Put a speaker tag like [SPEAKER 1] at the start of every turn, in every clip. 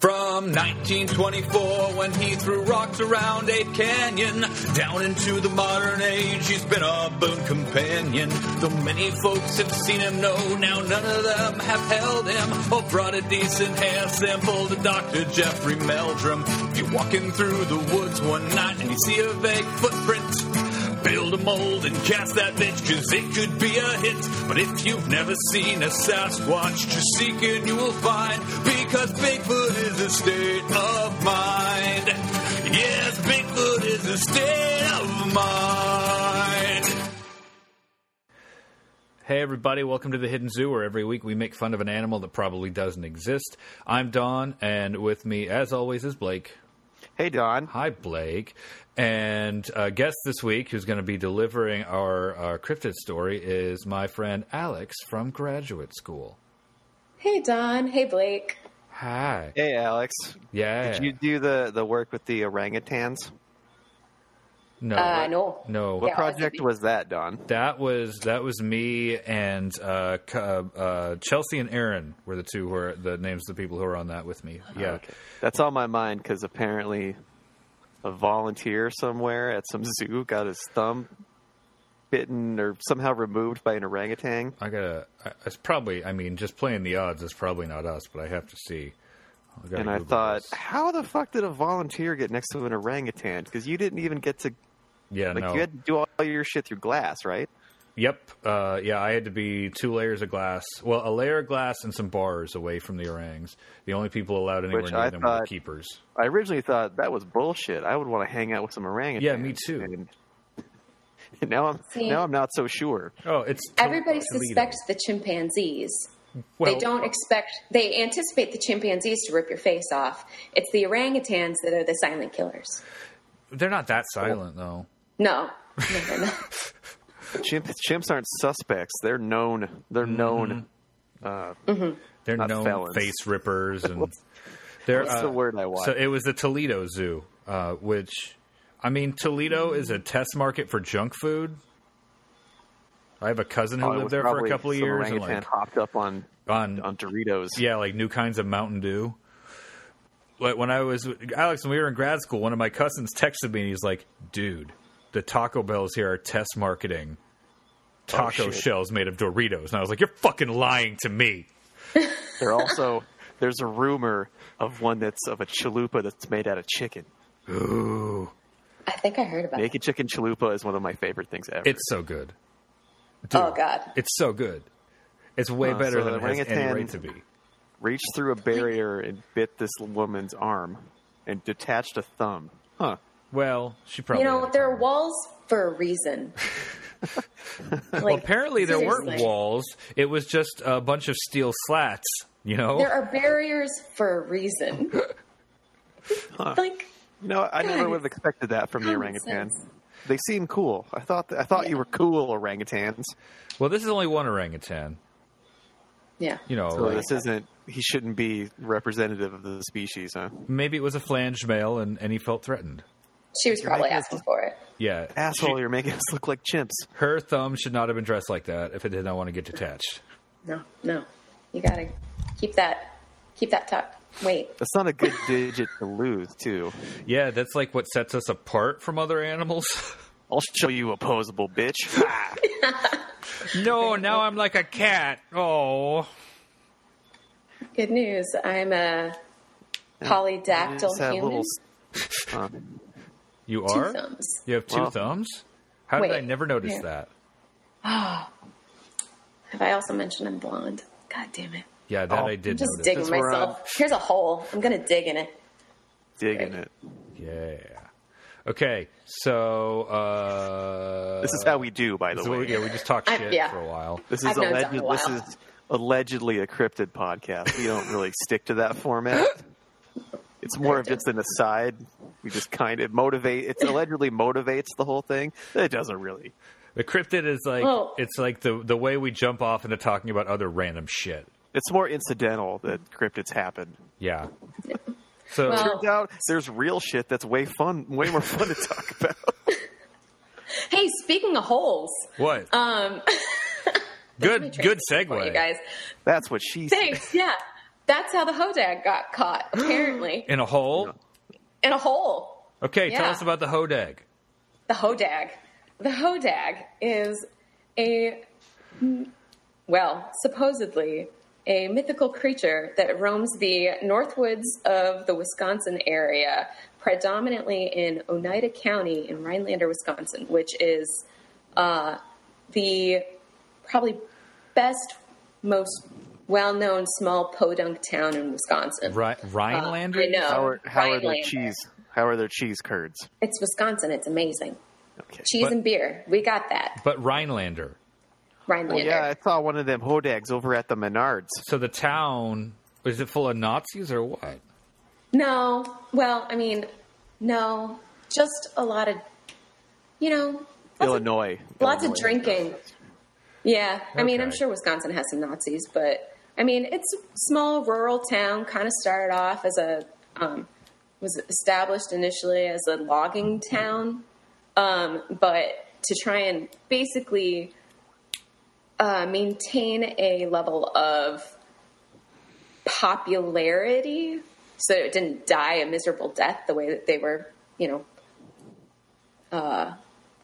[SPEAKER 1] from 1924 when he threw rocks around Ape Canyon. Down into the modern age, he's been a boon companion. Though many folks have seen him, no, now none of them have held him or brought a decent hair sample to Dr. Jeffrey Meldrum. If you're walking through the woods one night and you see a vague footprint, Build a mold and cast that bitch, cause it could be a hit. But if you've never seen a Sasquatch, just seek and you will find. Because Bigfoot is a state of mind. Yes, Bigfoot is a state of mind.
[SPEAKER 2] Hey, everybody, welcome to the Hidden Zoo, where every week we make fun of an animal that probably doesn't exist. I'm Don, and with me, as always, is Blake.
[SPEAKER 3] Hey, Don.
[SPEAKER 2] Hi, Blake. And uh, guest this week, who's going to be delivering our, our cryptid story, is my friend Alex from graduate school.
[SPEAKER 4] Hey, Don. Hey, Blake.
[SPEAKER 2] Hi.
[SPEAKER 3] Hey, Alex.
[SPEAKER 2] Yeah.
[SPEAKER 3] Did you do the, the work with the orangutans?
[SPEAKER 2] no.
[SPEAKER 4] Uh, no.
[SPEAKER 2] No.
[SPEAKER 4] Yeah,
[SPEAKER 3] What
[SPEAKER 4] I
[SPEAKER 3] project
[SPEAKER 4] did.
[SPEAKER 3] was that, Don?
[SPEAKER 2] That was that was me and uh, c- uh, uh, Chelsea and Aaron were the two who are the names of the people who are on that with me.
[SPEAKER 4] Oh,
[SPEAKER 2] Yeah.
[SPEAKER 3] Oh, That's on my mind because apparently a volunteer somewhere at some zoo got his thumb bitten or somehow removed by an orangutan.
[SPEAKER 2] I gotta. I- It's probably. I mean, just playing the odds is probably not us, but I have to see. I gotta
[SPEAKER 3] and I
[SPEAKER 2] Google
[SPEAKER 3] thought,
[SPEAKER 2] this.
[SPEAKER 3] how the fuck did a volunteer get next to an orangutan? Because you didn't even get to,
[SPEAKER 2] yeah,
[SPEAKER 3] like,
[SPEAKER 2] no.
[SPEAKER 3] you had to do all your shit through glass, right?
[SPEAKER 2] Yep. Uh, yeah, I had to be two layers of glass. Well, a layer of glass and some bars away from the orangs. The only people allowed anywhere
[SPEAKER 3] Which
[SPEAKER 2] near
[SPEAKER 3] I
[SPEAKER 2] them were the
[SPEAKER 3] thought-
[SPEAKER 2] keepers.
[SPEAKER 3] I originally thought that was bullshit. I would want to hang out with some orangutans.
[SPEAKER 2] Yeah, me too.
[SPEAKER 3] And, and now I'm
[SPEAKER 4] See.
[SPEAKER 3] now I'm not so sure.
[SPEAKER 2] Oh, it's
[SPEAKER 4] Everybody
[SPEAKER 2] totally
[SPEAKER 4] suspects the chimpanzees.
[SPEAKER 2] Well-
[SPEAKER 4] they don't expect, they anticipate the chimpanzees to rip your face off. It's the orangutans that are the silent killers.
[SPEAKER 2] They're not that silent though.
[SPEAKER 4] No. no, they're not.
[SPEAKER 3] Chimp, chimps aren't suspects. They're known. They're
[SPEAKER 2] Mm-hmm.
[SPEAKER 3] known.
[SPEAKER 2] They're
[SPEAKER 3] Not
[SPEAKER 2] known
[SPEAKER 3] felons.
[SPEAKER 2] face rippers and they're uh,
[SPEAKER 3] what's the word I want?
[SPEAKER 2] So it was the Toledo Zoo, uh, which I mean Toledo is a test market for junk food. I have a cousin who
[SPEAKER 3] Oh, it was
[SPEAKER 2] lived there for a
[SPEAKER 3] probably
[SPEAKER 2] couple of
[SPEAKER 3] some
[SPEAKER 2] years and
[SPEAKER 3] Orangutan
[SPEAKER 2] like
[SPEAKER 3] hopped up on
[SPEAKER 2] on
[SPEAKER 3] on Doritos.
[SPEAKER 2] Yeah, like new kinds of Mountain Dew. Like when I was Alex, when we were in grad school, one of my cousins texted me and he's like, "Dude, the Taco Bells here are test marketing taco
[SPEAKER 3] shit.
[SPEAKER 2] shells made of Doritos," and I was like, "You're fucking lying to me."
[SPEAKER 3] They're also there's a rumor of one that's of a chalupa that's made out of chicken.
[SPEAKER 4] I think I heard about it.
[SPEAKER 3] Naked chicken chalupa is one of my favorite things ever.
[SPEAKER 2] It's so good.
[SPEAKER 4] Oh, God.
[SPEAKER 2] It's so good. It's way
[SPEAKER 3] Uh,
[SPEAKER 2] better
[SPEAKER 3] so
[SPEAKER 2] than
[SPEAKER 3] the
[SPEAKER 2] it has any
[SPEAKER 3] orangutan-
[SPEAKER 2] right to be.
[SPEAKER 3] reached through a barrier and bit this woman's arm and detached a thumb. Huh.
[SPEAKER 2] Well, she
[SPEAKER 4] You
[SPEAKER 2] probably. had
[SPEAKER 4] know,
[SPEAKER 2] a
[SPEAKER 4] there are
[SPEAKER 2] problem.
[SPEAKER 4] walls for a reason.
[SPEAKER 2] Well, apparently there weren't
[SPEAKER 4] seriously.
[SPEAKER 2] walls. It was just a bunch of steel slats. You know.
[SPEAKER 4] There are barriers for a reason. Like,
[SPEAKER 3] You know, I never would have expected that from the
[SPEAKER 4] Common
[SPEAKER 3] orangutan.
[SPEAKER 4] sense.
[SPEAKER 3] They seem cool. I thought I thought you were cool orangutans.
[SPEAKER 2] well, this is only one orangutan.
[SPEAKER 4] yeah.
[SPEAKER 2] You know,
[SPEAKER 3] So
[SPEAKER 2] like-
[SPEAKER 3] this isn't. He shouldn't be representative of the species, huh?
[SPEAKER 2] Maybe it was a flange male and, and he felt threatened.
[SPEAKER 4] She was probably
[SPEAKER 3] Right.
[SPEAKER 4] asking for it.
[SPEAKER 2] Yeah.
[SPEAKER 3] Asshole,
[SPEAKER 2] She-
[SPEAKER 3] you're making us look like chimps.
[SPEAKER 2] her thumb should not have been dressed like that if it did not want to get detached.
[SPEAKER 4] No, no. You gotta keep that, keep that tucked. Wait.
[SPEAKER 3] That's not a good digit to lose, too.
[SPEAKER 2] Yeah, that's like what sets us apart from other animals.
[SPEAKER 3] I'll show you opposable, bitch. Ah.
[SPEAKER 2] no, now I'm like a cat. Oh.
[SPEAKER 4] Good news. I'm a polydactyl
[SPEAKER 3] Just have
[SPEAKER 4] human.
[SPEAKER 3] little-
[SPEAKER 2] You
[SPEAKER 4] Two
[SPEAKER 2] are?
[SPEAKER 4] thumbs.
[SPEAKER 2] You have two
[SPEAKER 3] Wow.
[SPEAKER 2] thumbs? How did
[SPEAKER 4] Wait,
[SPEAKER 2] I never notice
[SPEAKER 4] here.
[SPEAKER 2] that?
[SPEAKER 4] Have I also mentioned I'm blonde? God damn it.
[SPEAKER 2] Yeah, that
[SPEAKER 3] Oh.
[SPEAKER 2] I did
[SPEAKER 4] Just
[SPEAKER 2] notice.
[SPEAKER 4] digging
[SPEAKER 3] Since we're
[SPEAKER 4] myself.
[SPEAKER 3] on-
[SPEAKER 4] Here's a hole. I'm gonna dig in it.
[SPEAKER 3] digging it.
[SPEAKER 2] yeah. Okay, so uh
[SPEAKER 3] This is how we do, by the
[SPEAKER 2] so we-
[SPEAKER 3] way.
[SPEAKER 2] yeah, we just talked
[SPEAKER 4] I-
[SPEAKER 2] shit
[SPEAKER 4] yeah.
[SPEAKER 2] for a while.
[SPEAKER 3] This
[SPEAKER 4] I've
[SPEAKER 3] is
[SPEAKER 4] known Don
[SPEAKER 3] alleged.
[SPEAKER 4] a
[SPEAKER 3] This
[SPEAKER 4] while.
[SPEAKER 3] is allegedly a cryptid podcast. We don't really stick to that format. It's more of just an aside. We just kind of motivate. It allegedly motivates the whole thing. It doesn't really.
[SPEAKER 2] The cryptid is like
[SPEAKER 4] Well-
[SPEAKER 2] it's like the the way we jump off into talking about other random shit.
[SPEAKER 3] It's more incidental that cryptids happen.
[SPEAKER 2] Yeah. So
[SPEAKER 4] Well,
[SPEAKER 3] Turns out there's real shit that's way fun, way more fun to talk about.
[SPEAKER 4] Hey, speaking of holes,
[SPEAKER 2] What? Um.
[SPEAKER 4] let me
[SPEAKER 2] good.
[SPEAKER 4] try
[SPEAKER 2] Good
[SPEAKER 4] something for
[SPEAKER 2] segue.
[SPEAKER 4] you guys.
[SPEAKER 3] That's what she said.
[SPEAKER 4] Thanks. Yeah. That's how the hodag got caught, apparently,
[SPEAKER 2] in a hole.
[SPEAKER 4] in a hole.
[SPEAKER 2] Okay, tell
[SPEAKER 4] Yeah.
[SPEAKER 2] us about the hodag.
[SPEAKER 4] The hodag. The hodag is a, well, supposedly a mythical creature that roams the northwoods of the Wisconsin area, predominantly in Oneida County in Rhinelander, Wisconsin, which is uh, the probably best, most well known small podunk town in Wisconsin.
[SPEAKER 2] Ri- Rhinelander.
[SPEAKER 4] I Uh, know.
[SPEAKER 3] How are how are their
[SPEAKER 4] Rhinelander.
[SPEAKER 3] cheese? How are their cheese curds?
[SPEAKER 4] It's Wisconsin. It's amazing.
[SPEAKER 3] Okay.
[SPEAKER 4] Cheese
[SPEAKER 2] But-
[SPEAKER 4] and beer. We got that.
[SPEAKER 2] But Rhinelander.
[SPEAKER 4] Rhinelander.
[SPEAKER 3] Well, yeah, I saw one of them hodags over at the Menards.
[SPEAKER 2] So the town is it full of Nazis or what?
[SPEAKER 4] No. Well, I mean, no. Just a lot of, you know,
[SPEAKER 3] Illinois.
[SPEAKER 4] lots
[SPEAKER 3] Illinois.
[SPEAKER 4] of drinking. Yeah. I mean, I'm
[SPEAKER 2] Okay.
[SPEAKER 4] sure Wisconsin has some Nazis, but I mean, it's a small rural town, kind of started off as a, um, was established initially as a logging town. Um, but to try and basically uh, maintain a level of popularity so it didn't die a miserable death the way that they were, you know, uh,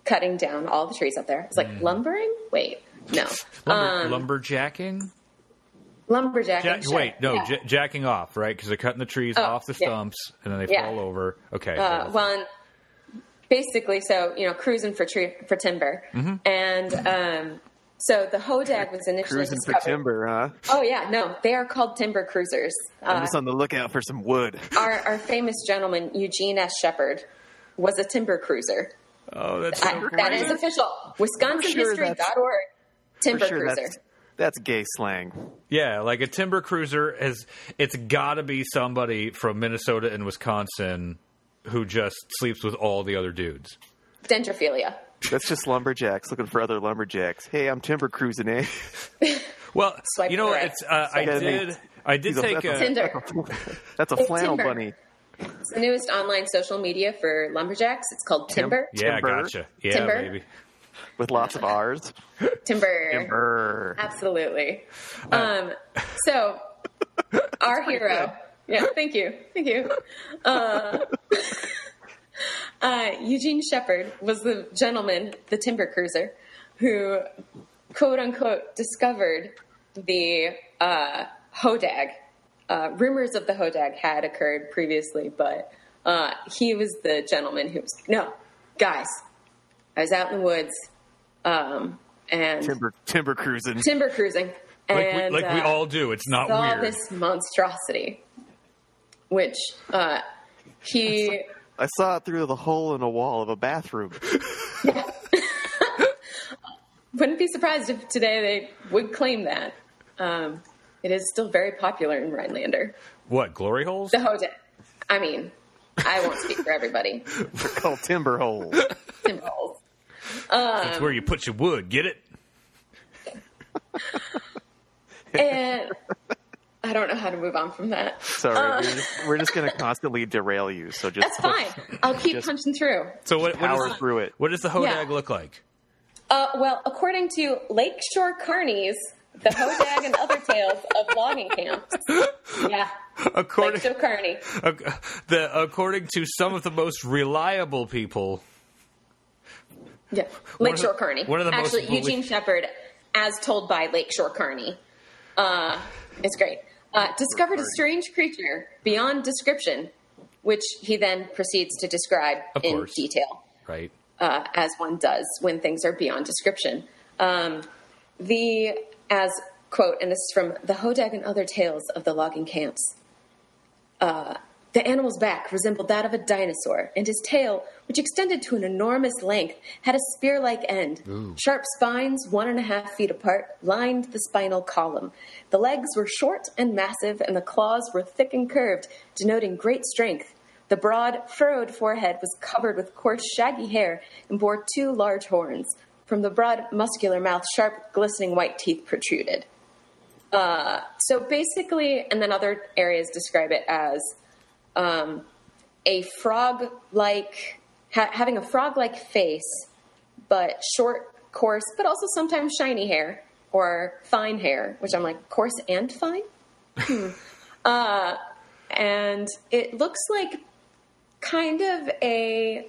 [SPEAKER 4] cutting down all the trees up there. It's like
[SPEAKER 2] Mm.
[SPEAKER 4] lumbering? Wait, no.
[SPEAKER 2] Lumber,
[SPEAKER 4] um,
[SPEAKER 2] lumberjacking.
[SPEAKER 4] lumberjacking.
[SPEAKER 2] Jack,
[SPEAKER 4] sure.
[SPEAKER 2] Wait, no,
[SPEAKER 4] Yeah.
[SPEAKER 2] j- jacking off, right? Because they're cutting the trees
[SPEAKER 4] Oh,
[SPEAKER 2] off the
[SPEAKER 4] yeah.
[SPEAKER 2] stumps and then they
[SPEAKER 4] Yeah.
[SPEAKER 2] fall over. Okay.
[SPEAKER 4] uh, well, and basically, so you know, cruising for tree, for timber,
[SPEAKER 2] Mm-hmm.
[SPEAKER 4] and um, so the hodag was initially
[SPEAKER 3] Cruising for
[SPEAKER 4] discovered-
[SPEAKER 3] timber, huh?
[SPEAKER 4] Oh yeah, no, they are called timber cruisers.
[SPEAKER 3] I'm
[SPEAKER 4] Uh,
[SPEAKER 3] just on the lookout for some wood.
[SPEAKER 4] our, our famous gentleman Eugene S. Shepard was a timber cruiser.
[SPEAKER 2] oh, that's
[SPEAKER 4] I,
[SPEAKER 2] so
[SPEAKER 4] that
[SPEAKER 2] great.
[SPEAKER 4] is official. WisconsinHistory.org.
[SPEAKER 3] For
[SPEAKER 4] Timber
[SPEAKER 3] sure,
[SPEAKER 4] cruiser.
[SPEAKER 3] that's that's gay slang.
[SPEAKER 2] Yeah, like a timber cruiser is. It's got to be somebody from Minnesota and Wisconsin who just sleeps with all the other dudes.
[SPEAKER 4] Dendrophilia.
[SPEAKER 3] That's just lumberjacks looking for other lumberjacks. Hey, I'm timber cruising, eh?
[SPEAKER 2] Well,
[SPEAKER 4] Swipe
[SPEAKER 2] you know,
[SPEAKER 4] right.
[SPEAKER 2] it's. Uh, I
[SPEAKER 3] Swipe
[SPEAKER 2] did.
[SPEAKER 3] right.
[SPEAKER 2] I did
[SPEAKER 3] He's a-
[SPEAKER 2] take
[SPEAKER 3] that's
[SPEAKER 2] a.
[SPEAKER 4] Tinder.
[SPEAKER 3] That's a
[SPEAKER 4] It's
[SPEAKER 3] flannel
[SPEAKER 4] timber.
[SPEAKER 3] bunny.
[SPEAKER 4] It's the newest online social media for lumberjacks. It's called Timber.
[SPEAKER 2] Yeah,
[SPEAKER 3] Timber.
[SPEAKER 2] gotcha. Yeah,
[SPEAKER 4] Timber.
[SPEAKER 2] baby.
[SPEAKER 3] with lots of R's.
[SPEAKER 4] Timber.
[SPEAKER 3] Timber.
[SPEAKER 4] Absolutely. Um, so, our hero. Yeah, thank you. Thank you. Uh, uh, Eugene Shepard was the gentleman, the timber cruiser, who quote unquote discovered the uh, hodag. Uh, rumors of the hodag had occurred previously, but uh, he was the gentleman who was no, guys. I was out in the woods, um, and
[SPEAKER 3] Timber timber cruising.
[SPEAKER 4] timber cruising,
[SPEAKER 2] Like,
[SPEAKER 4] and
[SPEAKER 2] we, like we
[SPEAKER 4] uh,
[SPEAKER 2] all do. It's not
[SPEAKER 4] saw
[SPEAKER 2] weird.
[SPEAKER 4] this monstrosity, which uh, he
[SPEAKER 3] I saw it through the hole in a wall of a bathroom.
[SPEAKER 4] wouldn't be surprised if today they would claim that. Um, it is still very popular in Rhinelander.
[SPEAKER 2] What glory holes?
[SPEAKER 4] The hodag. I mean, I won't speak for everybody.
[SPEAKER 3] They're called timber holes.
[SPEAKER 4] Timber holes.
[SPEAKER 2] That's where you put your wood. Get it?
[SPEAKER 4] And I don't know how to move on from that.
[SPEAKER 3] Sorry, we're just, we're just going to constantly derail you. So just
[SPEAKER 4] That's fine. I'll keep
[SPEAKER 3] Just-
[SPEAKER 4] punching through.
[SPEAKER 2] So what? What,
[SPEAKER 3] power
[SPEAKER 2] is,
[SPEAKER 3] through it.
[SPEAKER 2] what does the hodag
[SPEAKER 4] Yeah.
[SPEAKER 2] look like?
[SPEAKER 4] Uh, well, according to Lakeshore Carnies, the hodag and other tales of logging camps. Yeah.
[SPEAKER 2] According
[SPEAKER 4] Lakeshore Carney.
[SPEAKER 2] ac- the according to some of the most reliable people,
[SPEAKER 4] Yeah.
[SPEAKER 2] of
[SPEAKER 4] Lakeshore
[SPEAKER 2] the-
[SPEAKER 4] Carney.
[SPEAKER 2] one of the most
[SPEAKER 4] Actually,
[SPEAKER 2] belie-
[SPEAKER 4] Eugene Shepard, as told by Lakeshore Carney, uh, it's great. Uh, discovered a strange creature beyond description, which he then proceeds to describe
[SPEAKER 2] Of
[SPEAKER 4] in
[SPEAKER 2] course.
[SPEAKER 4] detail.
[SPEAKER 2] right?
[SPEAKER 4] uh, as one does when things are beyond description. Um, the as quote, and this is from the Hodag and other tales of the logging camps. The animal's back resembled that of a dinosaur, and his tail, which extended to an enormous length, had a spear like end. Sharp spines, one and a half feet apart, lined the spinal column. The legs were short and massive, and the claws were thick and curved, denoting great strength. The broad, furrowed forehead was covered with coarse, shaggy hair and bore two large horns. From the broad, muscular mouth, sharp, glistening white teeth protruded. Uh, so basically, and then other areas describe it as um, a frog like, ha- having a frog like face, but short, coarse, but also sometimes shiny hair or fine hair, which I'm like, coarse and fine? Hmm. and it looks like kind of a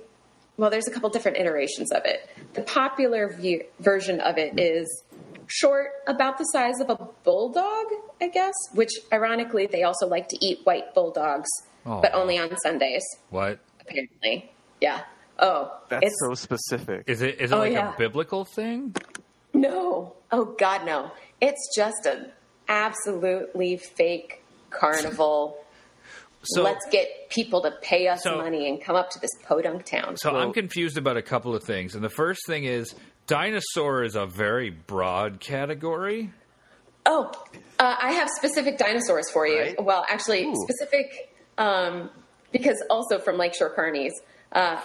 [SPEAKER 4] well there's a couple different iterations of it the popular view, version of it is short about the size of a bulldog i guess which ironically they also like to eat white bulldogs but
[SPEAKER 3] Oh.
[SPEAKER 2] Aw.
[SPEAKER 4] only on sundays
[SPEAKER 2] What
[SPEAKER 4] apparently yeah oh
[SPEAKER 3] That's
[SPEAKER 4] it's
[SPEAKER 3] so specific.
[SPEAKER 2] is it? Is it
[SPEAKER 4] Oh,
[SPEAKER 2] like
[SPEAKER 4] yeah.
[SPEAKER 2] a biblical thing?
[SPEAKER 4] no oh god no it's just an absolutely fake carnival
[SPEAKER 2] So
[SPEAKER 4] let's get people to pay us
[SPEAKER 2] so-
[SPEAKER 4] money and come up to this podunk town
[SPEAKER 2] So
[SPEAKER 3] Well-
[SPEAKER 2] I'm confused about a couple of things. And the first thing is dinosaur is a very broad category.
[SPEAKER 4] Oh, uh, I have specific dinosaurs for you.
[SPEAKER 3] Right?
[SPEAKER 4] Well, actually,
[SPEAKER 3] Ooh.
[SPEAKER 4] specific um, because also from Lakeshore Carnies. Uh,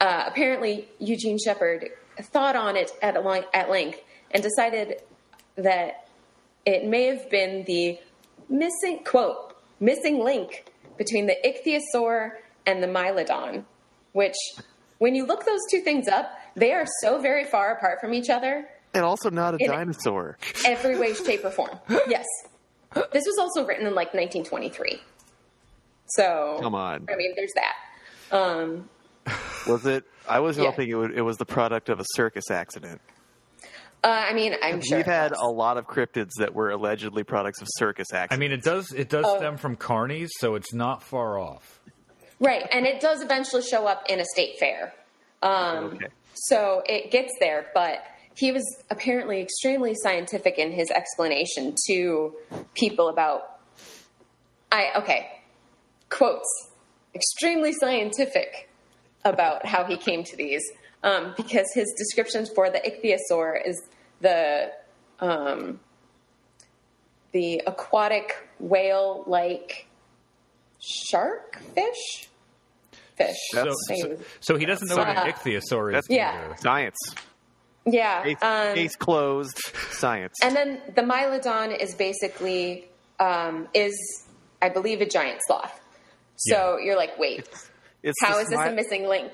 [SPEAKER 4] uh, apparently, Eugene Shepard thought on it at, a long, at length and decided that it may have been the missing quote missing link between the ichthyosaur and the mylodon, which when you look those two things up, they are so very far apart from each other
[SPEAKER 3] and also not a
[SPEAKER 4] it-
[SPEAKER 3] dinosaur.
[SPEAKER 4] every way, shape, or form. Yes. This was also written in like 1923. So
[SPEAKER 3] Come on.
[SPEAKER 4] I mean, there's that. Um,
[SPEAKER 3] Was it? I was
[SPEAKER 4] Yeah.
[SPEAKER 3] hoping it, would, it was the product of a circus accident.
[SPEAKER 4] uh, I mean, I'm sure
[SPEAKER 3] We've
[SPEAKER 4] it
[SPEAKER 3] had
[SPEAKER 4] was.
[SPEAKER 3] a lot of cryptids that were allegedly products of circus
[SPEAKER 2] I
[SPEAKER 3] accidents.
[SPEAKER 2] mean, it does it does
[SPEAKER 4] Oh.
[SPEAKER 2] stem from carnies, so it's not far off.
[SPEAKER 4] right, and it does eventually show up in a state fair. Um,
[SPEAKER 3] Okay.
[SPEAKER 4] So it gets there, but he was apparently extremely scientific in his explanation to people about. I okay, quotes extremely scientific about how he came to these um, because his descriptions for the ichthyosaur is the um, the aquatic whale like shark fish fish
[SPEAKER 2] So,
[SPEAKER 3] That's-
[SPEAKER 2] so, so he doesn't know what an
[SPEAKER 4] Uh,
[SPEAKER 2] ichthyosaur is.
[SPEAKER 3] that's-
[SPEAKER 4] Yeah.
[SPEAKER 2] either.
[SPEAKER 3] Science.
[SPEAKER 4] yeah
[SPEAKER 3] Case,
[SPEAKER 4] um,
[SPEAKER 3] case closed. Science.
[SPEAKER 4] And then the Mylodon is basically um, is I believe a giant sloth. So you're like, wait,
[SPEAKER 3] It's
[SPEAKER 4] how
[SPEAKER 3] the
[SPEAKER 4] is this a
[SPEAKER 3] smi-
[SPEAKER 4] missing link?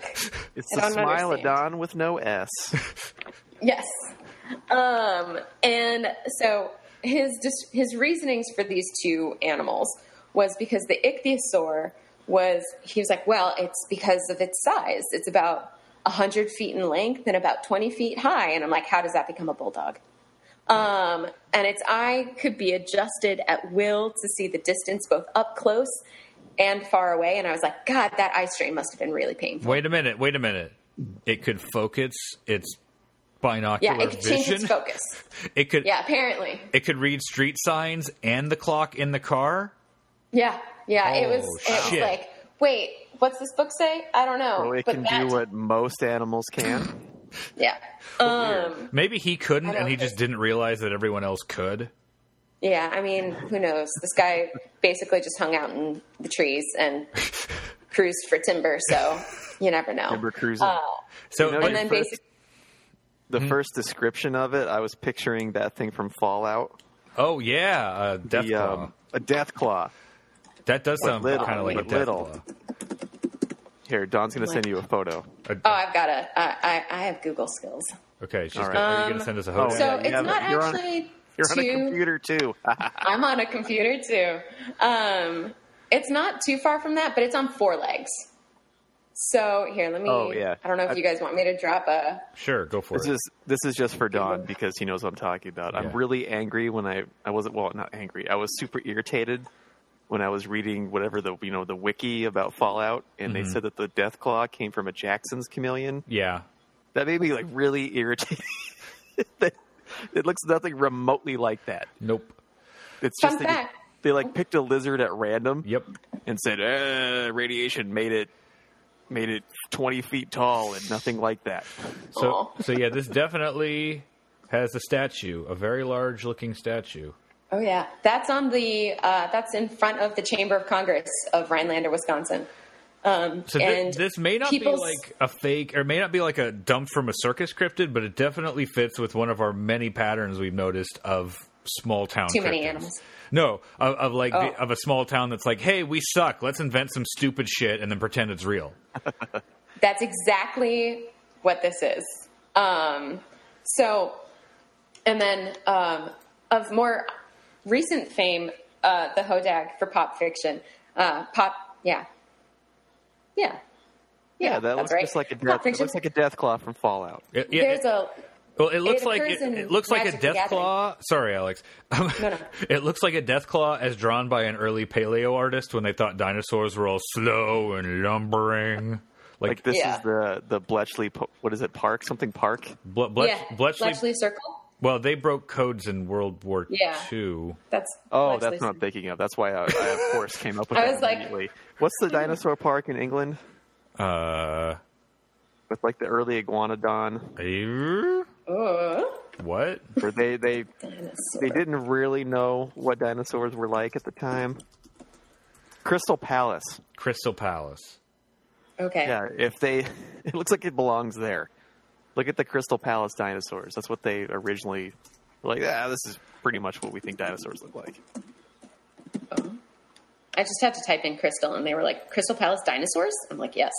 [SPEAKER 3] It's
[SPEAKER 4] I
[SPEAKER 3] the
[SPEAKER 4] don't understand.
[SPEAKER 3] Smilodon with no S.
[SPEAKER 4] Yes. Um, and so his dis- his reasonings for these two animals was because the ichthyosaur was he was like, well, it's because of its size. It's about hundred feet in length and about twenty feet high. And I'm like, how does that become a bulldog? Um, and its eye could be adjusted at will to see the distance both up close and far away. And I was like, God, that eye strain must have been really painful.
[SPEAKER 2] Wait a minute. Wait a minute. It could focus its binocular
[SPEAKER 4] Yeah, it could change
[SPEAKER 2] vision.
[SPEAKER 4] its focus.
[SPEAKER 2] It could.
[SPEAKER 4] Yeah, apparently.
[SPEAKER 2] It could read street signs and the clock in the car.
[SPEAKER 4] Yeah, yeah. it
[SPEAKER 2] Oh,
[SPEAKER 4] was. It was
[SPEAKER 2] shit.
[SPEAKER 4] like, wait, what's this book say? I don't know.
[SPEAKER 3] So it
[SPEAKER 4] But
[SPEAKER 3] can
[SPEAKER 4] that-
[SPEAKER 3] do what most animals can.
[SPEAKER 4] Yeah. Um,
[SPEAKER 2] Maybe he
[SPEAKER 4] I
[SPEAKER 2] couldn't,
[SPEAKER 4] don't
[SPEAKER 2] and he
[SPEAKER 4] think-
[SPEAKER 2] just didn't realize that everyone else could.
[SPEAKER 4] yeah. I mean, who knows? This guy basically just hung out in the trees and cruised for timber. So you never know.
[SPEAKER 3] Timber cruising.
[SPEAKER 4] Uh,
[SPEAKER 2] So
[SPEAKER 3] You know,
[SPEAKER 2] like,
[SPEAKER 4] and then
[SPEAKER 3] first-
[SPEAKER 4] basically,
[SPEAKER 3] the
[SPEAKER 2] Mm-hmm.
[SPEAKER 3] first description of it, I was picturing that thing from Fallout.
[SPEAKER 2] Oh yeah, uh, death
[SPEAKER 3] the,
[SPEAKER 2] claw.
[SPEAKER 3] um, a death claw.
[SPEAKER 2] that does
[SPEAKER 3] with
[SPEAKER 2] sound
[SPEAKER 3] little-
[SPEAKER 2] kind of like a
[SPEAKER 3] with
[SPEAKER 2] death
[SPEAKER 3] little.
[SPEAKER 2] claw.
[SPEAKER 3] Here, Don's going to send you a photo.
[SPEAKER 2] A-
[SPEAKER 4] oh, I've got a. I, I, I have Google skills.
[SPEAKER 2] okay, she's
[SPEAKER 3] All right.
[SPEAKER 2] gonna, are you going to send us a
[SPEAKER 3] Oh,
[SPEAKER 2] hoax?
[SPEAKER 4] So
[SPEAKER 3] yeah, you
[SPEAKER 4] it's
[SPEAKER 3] have
[SPEAKER 4] not
[SPEAKER 3] it. You're on-
[SPEAKER 4] actually.
[SPEAKER 3] You're on a
[SPEAKER 4] too-
[SPEAKER 3] computer too.
[SPEAKER 4] I'm on a computer too. Um, it's not too far from that, but it's on four legs. So here, let me.
[SPEAKER 3] Oh, yeah.
[SPEAKER 4] I don't know if
[SPEAKER 3] I-
[SPEAKER 4] you guys want me to drop a.
[SPEAKER 2] sure, go for
[SPEAKER 3] This
[SPEAKER 2] it.
[SPEAKER 3] is this is just for Don because he knows what I'm talking about.
[SPEAKER 2] Yeah.
[SPEAKER 3] I'm really angry when I I wasn't well not angry. I was super irritated when I was reading whatever the you know the wiki about Fallout and
[SPEAKER 2] Mm-hmm.
[SPEAKER 3] they said that the Death Claw came from a Jackson's chameleon.
[SPEAKER 2] yeah,
[SPEAKER 3] That made me like really irritated. That- it looks nothing remotely like that.
[SPEAKER 2] nope.
[SPEAKER 3] It's
[SPEAKER 4] Fun
[SPEAKER 3] just that
[SPEAKER 4] fact.
[SPEAKER 3] you- they like picked a lizard at random
[SPEAKER 2] Yep.
[SPEAKER 3] and said uh, radiation made it made it 20 feet tall and nothing like that.
[SPEAKER 2] So
[SPEAKER 4] Aw.
[SPEAKER 2] so yeah, this definitely has a statue, a very large looking statue.
[SPEAKER 4] Oh yeah, that's on the. Uh, that's in front of the Chamber of Congress of Rhinelander, Wisconsin. Um,
[SPEAKER 2] So thi-
[SPEAKER 4] and
[SPEAKER 2] this may not be
[SPEAKER 4] people's-
[SPEAKER 2] like a fake, or may not be like a dump from a circus cryptid, but it definitely fits with one of our many patterns we've noticed of small town.
[SPEAKER 4] Too many
[SPEAKER 2] cryptids.
[SPEAKER 4] animals.
[SPEAKER 2] No, of, of like the,
[SPEAKER 4] Oh.
[SPEAKER 2] of a small town that's like, hey, we suck. Let's invent some stupid shit and then pretend it's real.
[SPEAKER 4] That's exactly what this is. Um, so, and then um, of more recent fame, uh, the Hodag for pop fiction. Uh, pop, yeah, yeah,
[SPEAKER 3] Yeah, that
[SPEAKER 4] that's
[SPEAKER 3] looks
[SPEAKER 4] right.
[SPEAKER 3] just like a
[SPEAKER 4] pop
[SPEAKER 3] death. It
[SPEAKER 4] fiction.
[SPEAKER 3] looks like a death claw from Fallout.
[SPEAKER 2] It- yeah,
[SPEAKER 4] There's
[SPEAKER 2] it-
[SPEAKER 4] a
[SPEAKER 2] well, it looks
[SPEAKER 4] it
[SPEAKER 2] like
[SPEAKER 4] occurs
[SPEAKER 2] it,
[SPEAKER 4] in
[SPEAKER 2] it looks like a
[SPEAKER 4] Magic the
[SPEAKER 2] death
[SPEAKER 4] Gathering.
[SPEAKER 2] claw. Sorry, Alex.
[SPEAKER 4] no.
[SPEAKER 2] it looks like a death claw as drawn by an early paleo artist when they thought dinosaurs were all slow and lumbering. Like,
[SPEAKER 3] Like this
[SPEAKER 4] Yeah.
[SPEAKER 3] is the the Bletchley. po- What is it? Park something park.
[SPEAKER 2] Ble- Bletch-
[SPEAKER 4] yeah,
[SPEAKER 2] Bletchley-
[SPEAKER 4] Bletchley Circle.
[SPEAKER 2] Well, they broke codes in World War
[SPEAKER 4] Yeah.
[SPEAKER 2] II.
[SPEAKER 4] That's
[SPEAKER 3] Oh,
[SPEAKER 4] Bletchley
[SPEAKER 3] that's not thinking of. That's why I, I of course came up with
[SPEAKER 4] I
[SPEAKER 3] that
[SPEAKER 4] was like-
[SPEAKER 3] immediately. What's the dinosaur park in England
[SPEAKER 2] Uh,
[SPEAKER 3] with like the early iguanodon?
[SPEAKER 2] eh?
[SPEAKER 4] Circle. Oh,
[SPEAKER 2] what?
[SPEAKER 3] Where they they
[SPEAKER 4] Ugh, dinosaur.
[SPEAKER 3] they didn't really know what dinosaurs were like at the time. Crystal Palace.
[SPEAKER 2] Crystal Palace.
[SPEAKER 4] Okay.
[SPEAKER 3] Yeah, if they, it looks like it belongs there. Look at the Crystal Palace dinosaurs. That's what they originally like. Ah, this is pretty much what we think dinosaurs look like.
[SPEAKER 4] I just had to type in crystal, and they were like, "Crystal Palace dinosaurs." I'm like, "Yes."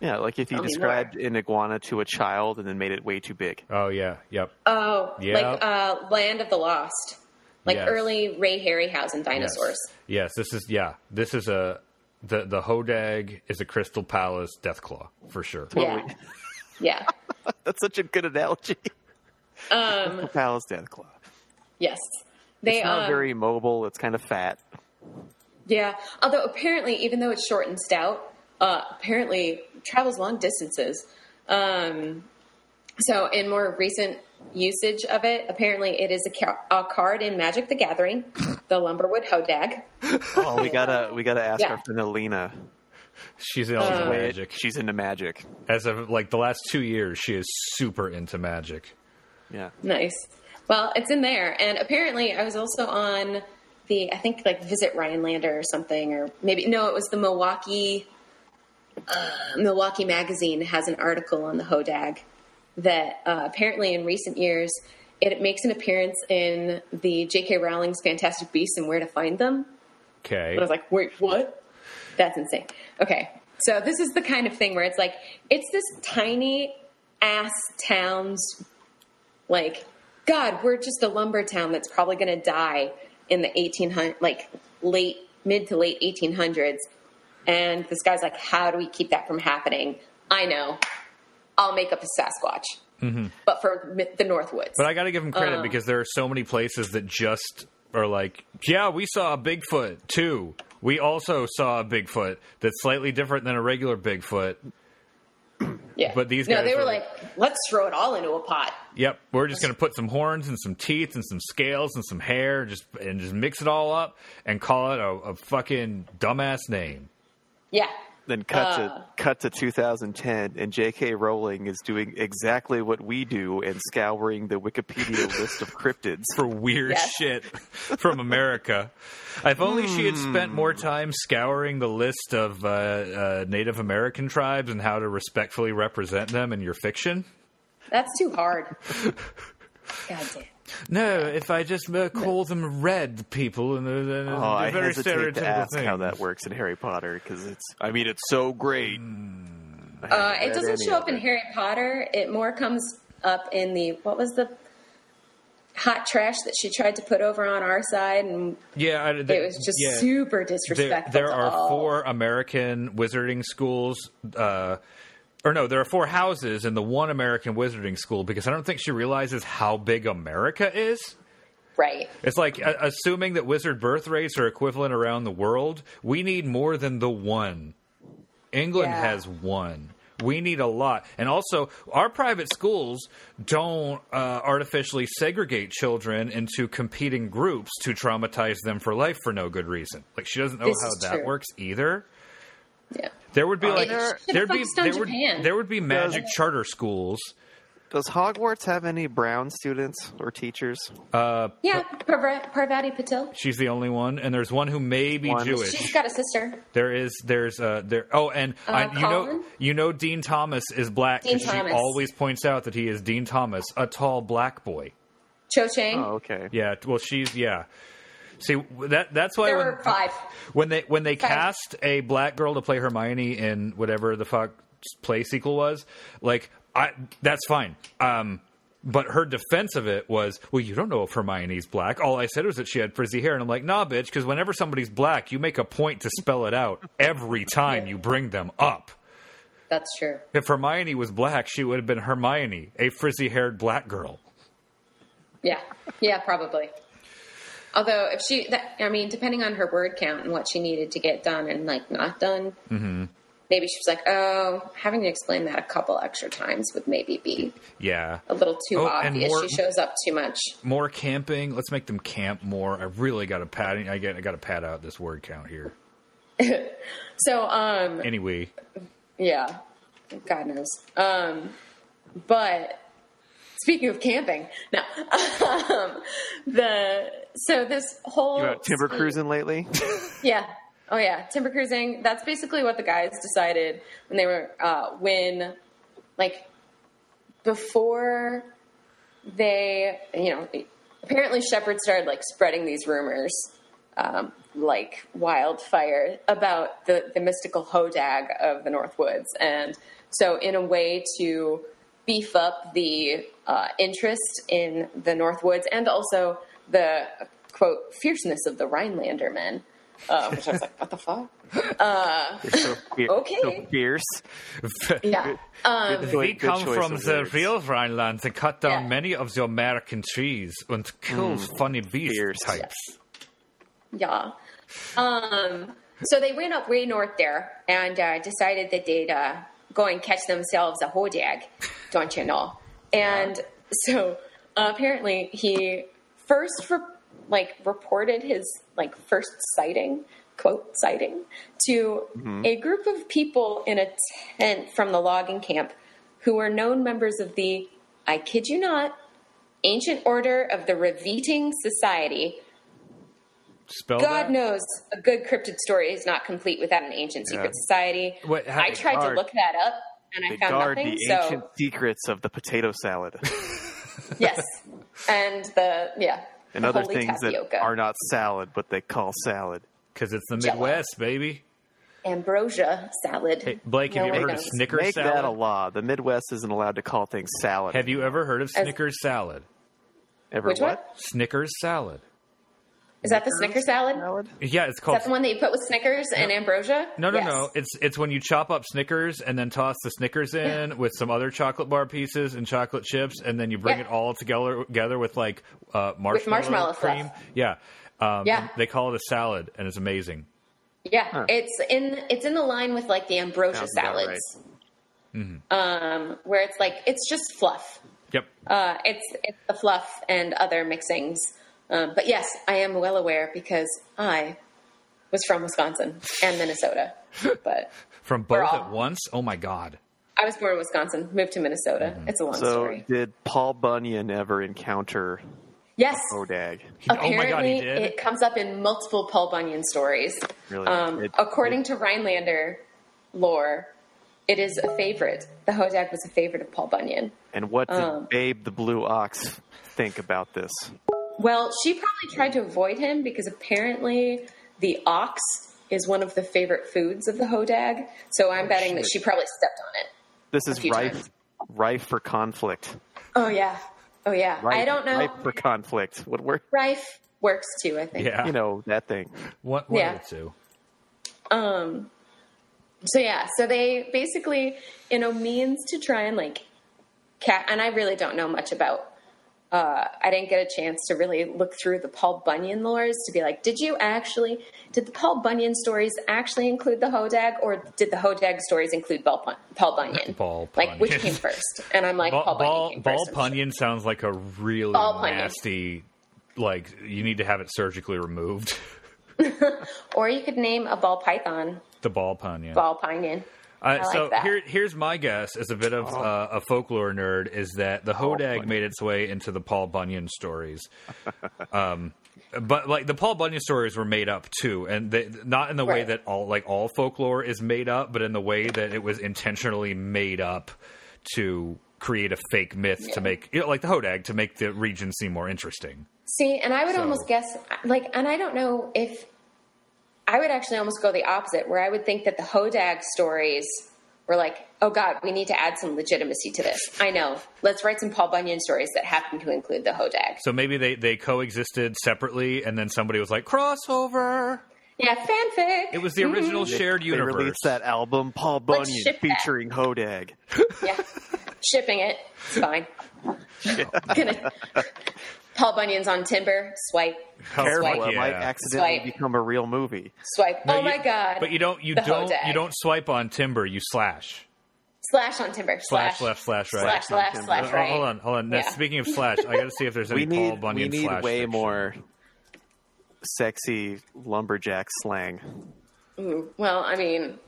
[SPEAKER 3] Yeah, like if you
[SPEAKER 4] Tell me
[SPEAKER 3] described an iguana to a child and then made it way too big.
[SPEAKER 2] Oh yeah, yep.
[SPEAKER 4] Oh,
[SPEAKER 2] Yeah.
[SPEAKER 4] like uh, Land of the Lost, like
[SPEAKER 2] Yes.
[SPEAKER 4] early Ray Harryhausen
[SPEAKER 2] Yes.
[SPEAKER 4] dinosaurs.
[SPEAKER 2] Yes, this is yeah. This is a the the Hodag is a Crystal Palace Death Claw for sure.
[SPEAKER 4] Yeah, yeah.
[SPEAKER 3] That's such a good analogy.
[SPEAKER 4] Um,
[SPEAKER 3] Crystal Palace death claw.
[SPEAKER 4] yes, they
[SPEAKER 3] It's not
[SPEAKER 4] um,
[SPEAKER 3] very mobile. It's kind of fat.
[SPEAKER 4] Yeah. Although apparently, even though it's short and stout, uh, apparently travels long distances. Um, so in more recent usage of it, apparently it is a, ca- a card in Magic the Gathering, the Lumberwood Hodag.
[SPEAKER 3] Oh, we gotta we gotta ask
[SPEAKER 4] Yeah. Uh,
[SPEAKER 3] our friend Alina.
[SPEAKER 2] She's in all the
[SPEAKER 3] Wait,
[SPEAKER 2] magic.
[SPEAKER 3] She's into magic.
[SPEAKER 2] As of like the last two years, she is super into magic.
[SPEAKER 3] Yeah.
[SPEAKER 4] Nice. Well, it's in there, and apparently I was also on the I think like Visit Rhinelander or something, or maybe no, it was the Milwaukee uh, Milwaukee Magazine has an article on the Hodag that uh, apparently in recent years it makes an appearance in the J.K. Rowling's Fantastic Beasts and Where to Find Them.
[SPEAKER 2] Okay.
[SPEAKER 4] But I was like, wait, what? That's insane. Okay. So this is the kind of thing where it's like, it's this tiny ass town's like, God, we're just a lumber town that's probably going to die in the 1800, like late, mid to late 1800s. And this guy's like, how do we keep that from happening? I know. I'll make up a Sasquatch. But for mi- the Northwoods.
[SPEAKER 2] Mm-hmm. But I got to give them
[SPEAKER 4] uh.
[SPEAKER 2] credit because there are so many places that just are like, yeah, we saw a Bigfoot too. We also saw a Bigfoot that's slightly different than a regular Bigfoot.
[SPEAKER 4] yeah.
[SPEAKER 2] but these
[SPEAKER 4] no,
[SPEAKER 2] guys
[SPEAKER 4] they were
[SPEAKER 2] were-
[SPEAKER 4] like, let's throw it all into a pot.
[SPEAKER 2] Yep, we're just going to put some horns and some teeth and some scales and some hair, just and just mix it all up and call it a, a fucking dumbass name.
[SPEAKER 4] Yeah.
[SPEAKER 3] Then cut
[SPEAKER 4] Uh.
[SPEAKER 3] to cut to 2010, and J.K. Rowling is doing exactly what we do and scouring the Wikipedia list of cryptids.
[SPEAKER 2] for weird
[SPEAKER 4] Yes.
[SPEAKER 2] shit from America. if only she had spent more time scouring the list of uh, uh, Native American tribes and how to respectfully represent them in your fiction.
[SPEAKER 4] That's too hard. God damn.
[SPEAKER 2] No, if I just uh, call them red people and uh, uh,
[SPEAKER 3] Oh,
[SPEAKER 2] they're
[SPEAKER 3] I
[SPEAKER 2] very
[SPEAKER 3] hesitate to
[SPEAKER 2] stereotypical
[SPEAKER 3] ask
[SPEAKER 2] thing.
[SPEAKER 3] how that works in Harry Potter because it's. I mean, it's so great.
[SPEAKER 2] Mm.
[SPEAKER 3] I
[SPEAKER 4] Uh,
[SPEAKER 3] haven't
[SPEAKER 4] it
[SPEAKER 3] read
[SPEAKER 4] doesn't
[SPEAKER 3] any
[SPEAKER 4] show
[SPEAKER 3] of
[SPEAKER 4] up in
[SPEAKER 3] it.
[SPEAKER 4] Harry Potter. It more comes up in the what was the hot trash that she tried to put over on our side, and
[SPEAKER 2] yeah, I,
[SPEAKER 4] it was just
[SPEAKER 2] yeah.
[SPEAKER 4] super
[SPEAKER 2] There,
[SPEAKER 4] disrespectful.
[SPEAKER 2] there
[SPEAKER 4] to
[SPEAKER 2] are
[SPEAKER 4] all.
[SPEAKER 2] four American wizarding schools, uh, or no, there are four houses in the one American wizarding school because I don't think she realizes how big America is.
[SPEAKER 4] right.
[SPEAKER 2] It's like uh, assuming that wizard birth rates are equivalent around the world, we need more than the one. England
[SPEAKER 4] Yeah.
[SPEAKER 2] has one. We need a lot. And also, our private schools don't uh, artificially segregate children into competing groups to traumatize them for life for no good reason. Like, she doesn't know
[SPEAKER 4] This
[SPEAKER 2] how
[SPEAKER 4] is
[SPEAKER 2] that
[SPEAKER 4] true.
[SPEAKER 2] works either.
[SPEAKER 4] Yeah.
[SPEAKER 2] There would be like
[SPEAKER 4] you should've
[SPEAKER 2] there'd be
[SPEAKER 4] focused on
[SPEAKER 2] there would,
[SPEAKER 4] Japan.
[SPEAKER 2] there would be magic charter schools.
[SPEAKER 3] Does Hogwarts have any brown students or teachers?
[SPEAKER 4] Mm. Yeah. Parv- Parvati Patil.
[SPEAKER 2] She's the only one, and there's one who may be
[SPEAKER 3] One.
[SPEAKER 2] Jewish.
[SPEAKER 4] She's got a sister.
[SPEAKER 2] There is, there's, uh, there. Oh, and I, you know,
[SPEAKER 4] Colin?
[SPEAKER 2] you know, Dean Thomas is black
[SPEAKER 4] Dean
[SPEAKER 2] because she
[SPEAKER 4] Thomas.
[SPEAKER 2] always points out that he is Dean Thomas, a tall black boy.
[SPEAKER 4] Cho Chang.
[SPEAKER 3] Oh, okay.
[SPEAKER 2] Yeah, well, she's yeah. See that that's why
[SPEAKER 4] there
[SPEAKER 2] when,
[SPEAKER 4] were five.
[SPEAKER 2] when they when they
[SPEAKER 4] Five.
[SPEAKER 2] cast a black girl to play Hermione in whatever the fuck play sequel was, like I that's fine. Um But her defense of it was, well, you don't know if Hermione's black. All I said was that she had frizzy hair. And I'm like, nah, bitch, because whenever somebody's black, you make a point to spell it out every time you bring them up.
[SPEAKER 4] That's true.
[SPEAKER 2] If Hermione was black, she would have been Hermione, a frizzy haired black girl.
[SPEAKER 4] Yeah, yeah, probably. Although, if she, that, I mean, depending on her word count and what she needed to get done and like not done,
[SPEAKER 2] Mm-hmm.
[SPEAKER 4] maybe she was like, "Oh, having to explain that a couple extra times would maybe be
[SPEAKER 2] Yeah.
[SPEAKER 4] a little too
[SPEAKER 2] Oh, and
[SPEAKER 4] obvious."
[SPEAKER 2] more-
[SPEAKER 4] she shows up too much.
[SPEAKER 2] More camping. Let's make them camp more. I really got to pad. I get. I got to pad out this word count here.
[SPEAKER 4] So, um,
[SPEAKER 2] Anyway,
[SPEAKER 4] Yeah, God knows. Um, but speaking of camping, no, um, the so this whole
[SPEAKER 3] You out timber cruising lately?
[SPEAKER 4] yeah, oh yeah, timber cruising. That's basically what the guys decided when they were uh, when like before they you know apparently Shepard started like spreading these rumors. Um, like wildfire about the, the mystical hodag of the North Woods. And so, in a way to beef up the uh, interest in the North Woods and also the quote fierceness of the Rhinelander men, uh, which I was like, what the fuck?
[SPEAKER 3] so fier-
[SPEAKER 4] Okay.
[SPEAKER 3] So fierce.
[SPEAKER 4] Yeah. Um,
[SPEAKER 3] Good-
[SPEAKER 2] we
[SPEAKER 3] good
[SPEAKER 2] come
[SPEAKER 3] choice
[SPEAKER 2] from
[SPEAKER 3] of
[SPEAKER 2] the
[SPEAKER 3] words.
[SPEAKER 2] real Rhineland to cut down
[SPEAKER 4] Yeah.
[SPEAKER 2] many of the American trees and kill funny beast
[SPEAKER 3] Mm. Fierce.
[SPEAKER 2] types.
[SPEAKER 4] yeah. Um, so they went up way north there and uh, decided that they'd uh, go and catch themselves a hodag, don't you know? And so uh, apparently he first re- like reported his like first sighting, quote sighting, to a group of people in a tent from the logging camp who were known members of the, I kid you not, ancient order of the Reviting Society,
[SPEAKER 2] Spell
[SPEAKER 4] God
[SPEAKER 2] that?
[SPEAKER 4] knows a good cryptid story is not complete without an ancient secret society.
[SPEAKER 2] What- how-
[SPEAKER 4] I tried
[SPEAKER 3] guard-
[SPEAKER 4] to look that up and I
[SPEAKER 3] They
[SPEAKER 4] found
[SPEAKER 3] guard
[SPEAKER 4] nothing.
[SPEAKER 3] the
[SPEAKER 4] So
[SPEAKER 3] ancient secrets of the potato salad
[SPEAKER 4] yes, and the yeah,
[SPEAKER 3] and
[SPEAKER 4] the
[SPEAKER 3] other
[SPEAKER 4] holy
[SPEAKER 3] things
[SPEAKER 4] tapioca.
[SPEAKER 3] that are not salad, but they call salad.
[SPEAKER 2] Because it's the
[SPEAKER 4] Jello.
[SPEAKER 2] Midwest, baby.
[SPEAKER 4] ambrosia salad.
[SPEAKER 2] Hey, Blake, have
[SPEAKER 4] No
[SPEAKER 2] you ever
[SPEAKER 4] one
[SPEAKER 2] heard of
[SPEAKER 4] knows.
[SPEAKER 2] Snickers
[SPEAKER 3] Make
[SPEAKER 2] salad?
[SPEAKER 3] that a law. The Midwest isn't allowed to call things salad.
[SPEAKER 2] Have you ever heard of Snickers salad?
[SPEAKER 3] Ever
[SPEAKER 4] Which one
[SPEAKER 3] what?
[SPEAKER 2] Snickers salad.
[SPEAKER 4] is that? The Snicker salad? Is
[SPEAKER 3] Salad?
[SPEAKER 2] Yeah, it's called.
[SPEAKER 4] that the one that you put with Snickers and ambrosia?
[SPEAKER 2] No, no,
[SPEAKER 4] Yes.
[SPEAKER 2] no. It's it's when you chop up Snickers and then toss the Snickers in with some other chocolate bar pieces and chocolate chips, and then you bring
[SPEAKER 4] Yeah.
[SPEAKER 2] it all together together with like uh, marshmallow,
[SPEAKER 4] marshmallow
[SPEAKER 2] cream.
[SPEAKER 4] fluff.
[SPEAKER 2] Yeah, um,
[SPEAKER 4] Yeah.
[SPEAKER 2] They call it a salad, and it's amazing.
[SPEAKER 4] Yeah, it's in it's in the line with like the ambrosia
[SPEAKER 3] Sounds about
[SPEAKER 4] salads,
[SPEAKER 2] Mm-hmm.
[SPEAKER 4] um, where it's like it's just fluff.
[SPEAKER 2] Yep.
[SPEAKER 4] Uh, it's it's the fluff and other mixings. Um, but yes, I am well aware because I was from Wisconsin and Minnesota. but
[SPEAKER 2] From both
[SPEAKER 4] all-
[SPEAKER 2] at once. Oh my god.
[SPEAKER 4] I was born in Wisconsin, moved to Minnesota. It's a long
[SPEAKER 3] So,
[SPEAKER 4] story.
[SPEAKER 3] did Paul Bunyan ever encounter
[SPEAKER 4] Yes.
[SPEAKER 3] Odag?
[SPEAKER 2] oh my god, he
[SPEAKER 4] Apparently,
[SPEAKER 2] did.
[SPEAKER 4] it comes up in multiple Paul Bunyan stories.
[SPEAKER 3] Really?
[SPEAKER 4] Um,
[SPEAKER 3] It-
[SPEAKER 4] according to Rhinelander lore, it is a favorite. The Hodag was a favorite of Paul Bunyan.
[SPEAKER 3] And what did
[SPEAKER 4] Um,
[SPEAKER 3] Babe the Blue Ox think about this?
[SPEAKER 4] Well, she probably tried to avoid him because apparently the ox is one of the favorite foods of the hodag. So
[SPEAKER 3] Oh,
[SPEAKER 4] I'm betting that she probably stepped on it.
[SPEAKER 3] This is
[SPEAKER 4] few
[SPEAKER 3] rife
[SPEAKER 4] times.
[SPEAKER 3] rife for conflict.
[SPEAKER 4] Oh yeah, oh yeah.
[SPEAKER 3] Rife,
[SPEAKER 4] I don't know.
[SPEAKER 3] Rife for conflict. What word?
[SPEAKER 4] Rife works too. I think.
[SPEAKER 2] yeah.
[SPEAKER 3] You know that thing.
[SPEAKER 2] One, one
[SPEAKER 4] Yeah.
[SPEAKER 2] of the two.
[SPEAKER 4] Um. So yeah, so they basically, in a means to try and like, cat. And I really don't know much about. Uh, I didn't get a chance to really look through the Paul Bunyan lores to be like, did you actually? Did the Paul Bunyan stories actually include the Hodag, or did the Hodag stories include Paul, Bun- Paul Bunyan?
[SPEAKER 2] Paul
[SPEAKER 4] Like, which
[SPEAKER 2] Bunyan.
[SPEAKER 4] came first? And I'm like,
[SPEAKER 2] Ball,
[SPEAKER 4] Paul Bunyan.
[SPEAKER 2] ball,
[SPEAKER 4] Came
[SPEAKER 2] ball
[SPEAKER 4] first, I'm sure.
[SPEAKER 2] punion sounds like a really
[SPEAKER 4] Ball punion.
[SPEAKER 2] nasty. Like you need to have it surgically removed.
[SPEAKER 4] Or you could name a ball python
[SPEAKER 2] the ball punion.
[SPEAKER 4] ball pinion.
[SPEAKER 2] Uh,
[SPEAKER 4] like
[SPEAKER 2] so
[SPEAKER 4] that.
[SPEAKER 2] here, here's my guess as a bit
[SPEAKER 3] Oh.
[SPEAKER 2] of uh, a folklore nerd is that the Hodag made its way into the Paul Bunyan stories. Um, but like the Paul Bunyan stories were made up too, and they, not in the way
[SPEAKER 4] Right.
[SPEAKER 2] that all like all folklore is made up, but in the way that it was intentionally made up to create a fake myth to make you know, like the Hodag to make the region seem more interesting.
[SPEAKER 4] See, and I would
[SPEAKER 2] So-
[SPEAKER 4] almost guess, like, and I don't know if I would actually almost go the opposite, where I would think that the Hodag stories We're like, oh God, we need to add some legitimacy to this. I know. Let's write some Paul Bunyan stories that happen to include the Hodag.
[SPEAKER 2] So maybe they, they coexisted separately, and then somebody was like, crossover.
[SPEAKER 4] Yeah, fanfic.
[SPEAKER 2] It was the original shared
[SPEAKER 3] They
[SPEAKER 2] universe.
[SPEAKER 3] released that album, Paul
[SPEAKER 4] Let's
[SPEAKER 3] Bunyan,
[SPEAKER 4] ship that.
[SPEAKER 3] featuring Hodag.
[SPEAKER 4] yeah. Shipping it. It's fine. Gonna- Paul Bunyan's on Timber. Swipe.
[SPEAKER 2] Oh,
[SPEAKER 3] Careful,
[SPEAKER 4] swipe.
[SPEAKER 3] it might
[SPEAKER 2] yeah.
[SPEAKER 3] accidentally
[SPEAKER 4] Swipe.
[SPEAKER 3] become a real movie.
[SPEAKER 4] Swipe.
[SPEAKER 2] No,
[SPEAKER 4] oh
[SPEAKER 2] you-
[SPEAKER 4] my God.
[SPEAKER 2] But you don't you
[SPEAKER 4] The
[SPEAKER 2] don't
[SPEAKER 4] Hodag.
[SPEAKER 2] you don't swipe on timber. You slash
[SPEAKER 4] Slash on Timber.
[SPEAKER 2] slash,
[SPEAKER 4] Slash,
[SPEAKER 2] left slash right.
[SPEAKER 4] Slash, left,
[SPEAKER 3] Timber.
[SPEAKER 4] slash,
[SPEAKER 2] Oh,
[SPEAKER 4] right.
[SPEAKER 2] hold on, hold on. Now,
[SPEAKER 4] Yeah.
[SPEAKER 2] Speaking of slash, I got to see if there's any
[SPEAKER 3] We
[SPEAKER 2] Paul
[SPEAKER 3] need we
[SPEAKER 2] Bunyan
[SPEAKER 3] need
[SPEAKER 2] slash.
[SPEAKER 3] way
[SPEAKER 2] fiction.
[SPEAKER 3] more sexy lumberjack slang.
[SPEAKER 4] Ooh, well, I mean,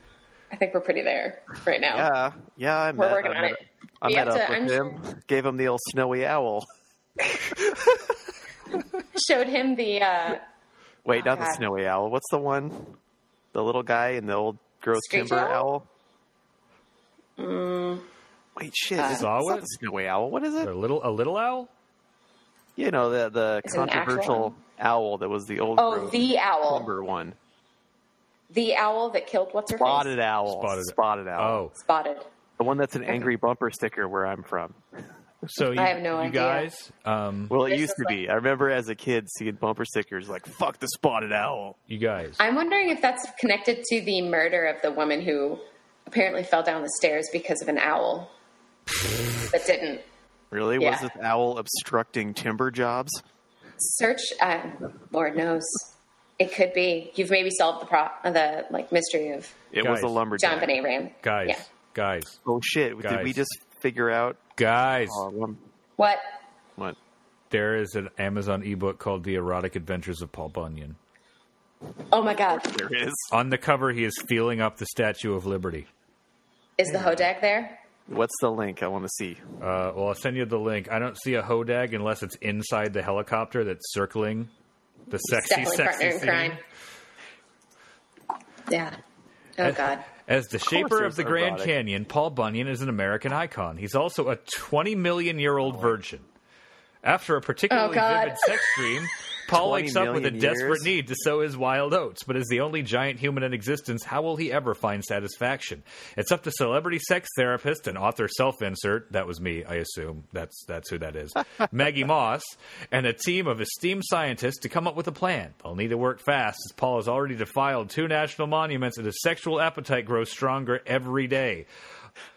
[SPEAKER 4] I think we're pretty there right now.
[SPEAKER 3] Yeah, yeah. I
[SPEAKER 4] Oh. We're
[SPEAKER 3] met,
[SPEAKER 4] working
[SPEAKER 3] I
[SPEAKER 4] on
[SPEAKER 3] met,
[SPEAKER 4] it.
[SPEAKER 3] I
[SPEAKER 4] We
[SPEAKER 3] met
[SPEAKER 4] have
[SPEAKER 3] up
[SPEAKER 4] to-
[SPEAKER 3] with
[SPEAKER 4] I'm-
[SPEAKER 3] him. Gave him the old snowy owl.
[SPEAKER 4] Showed him the uh,
[SPEAKER 3] Wait, not the
[SPEAKER 4] God.
[SPEAKER 3] snowy owl. What's the one? The little guy in the old growth
[SPEAKER 4] Screech
[SPEAKER 3] timber
[SPEAKER 4] owl? Mm.
[SPEAKER 3] owl. Wait,
[SPEAKER 4] Uh,
[SPEAKER 3] shit! is
[SPEAKER 2] Saw
[SPEAKER 3] it's not
[SPEAKER 2] it?
[SPEAKER 3] the snowy owl. What is
[SPEAKER 2] A
[SPEAKER 3] it?
[SPEAKER 2] little a little owl.
[SPEAKER 3] You know the the
[SPEAKER 4] Is it an actual
[SPEAKER 3] controversial owl that was the old
[SPEAKER 4] oh
[SPEAKER 3] growth
[SPEAKER 4] the owl,
[SPEAKER 3] timber one.
[SPEAKER 4] the owl that killed what's her
[SPEAKER 3] Spotted
[SPEAKER 4] face.
[SPEAKER 3] owl.
[SPEAKER 2] Spotted-
[SPEAKER 3] owl.
[SPEAKER 2] Oh,
[SPEAKER 4] Spotted.
[SPEAKER 3] The one that's an angry bumper sticker where I'm from.
[SPEAKER 2] so you,
[SPEAKER 4] have no
[SPEAKER 2] you
[SPEAKER 4] idea.
[SPEAKER 2] guys, um,
[SPEAKER 3] Well, it
[SPEAKER 4] This
[SPEAKER 3] used
[SPEAKER 4] is
[SPEAKER 3] to be. I remember as a kid seeing bumper stickers like "fuck the spotted owl."
[SPEAKER 2] you guys.
[SPEAKER 4] I'm wondering if that's connected to the murder of the woman who apparently fell down the stairs because of an owl that didn't.
[SPEAKER 3] Really? Was
[SPEAKER 4] Yeah.
[SPEAKER 3] this owl obstructing timber jobs?
[SPEAKER 4] Search, uh, Lord knows, it could be. You've maybe solved the pro- the like mystery of
[SPEAKER 3] It was
[SPEAKER 2] Guys.
[SPEAKER 3] a
[SPEAKER 4] John
[SPEAKER 3] lumberjack.
[SPEAKER 4] Benet Ram.
[SPEAKER 2] guys,
[SPEAKER 4] yeah.
[SPEAKER 2] guys,
[SPEAKER 3] Oh shit! Did
[SPEAKER 2] Guys.
[SPEAKER 3] we just figure out?
[SPEAKER 2] guys.
[SPEAKER 3] Oh, lum-
[SPEAKER 4] What?
[SPEAKER 3] what?
[SPEAKER 2] There is an Amazon ebook called The Erotic Adventures of Paul Bunyan.
[SPEAKER 4] Oh my God!
[SPEAKER 3] There is.
[SPEAKER 2] On the cover, he is feeling up the Statue of Liberty.
[SPEAKER 4] Is the hodag there?
[SPEAKER 3] What's the link? I want to see.
[SPEAKER 2] Uh, well, I'll send you the link. I don't see a hodag unless it's inside the helicopter that's circling the sexy,
[SPEAKER 4] Definitely
[SPEAKER 2] sexy
[SPEAKER 4] partner in
[SPEAKER 2] scene.
[SPEAKER 4] crime. Yeah. Oh God.
[SPEAKER 2] As the shaper
[SPEAKER 3] there's
[SPEAKER 2] of the Grand
[SPEAKER 3] erotic.
[SPEAKER 2] Canyon, Paul Bunyan is an American icon. He's also a 20 million year old virgin. After a
[SPEAKER 4] Oh,
[SPEAKER 2] particularly
[SPEAKER 4] God.
[SPEAKER 2] vivid sex dream, Paul
[SPEAKER 3] 20
[SPEAKER 2] wakes up with a
[SPEAKER 3] million
[SPEAKER 2] desperate
[SPEAKER 3] years?
[SPEAKER 2] need to sow his wild oats, but as the only giant human in existence, how will he ever find satisfaction? It's up to celebrity sex therapist and author self insert, that was me, I assume. That's that's who that is. Maggie Moss and a team of esteemed scientists to come up with a plan. They'll need to work fast as Paul has already defiled two national monuments and his sexual appetite grows stronger every day.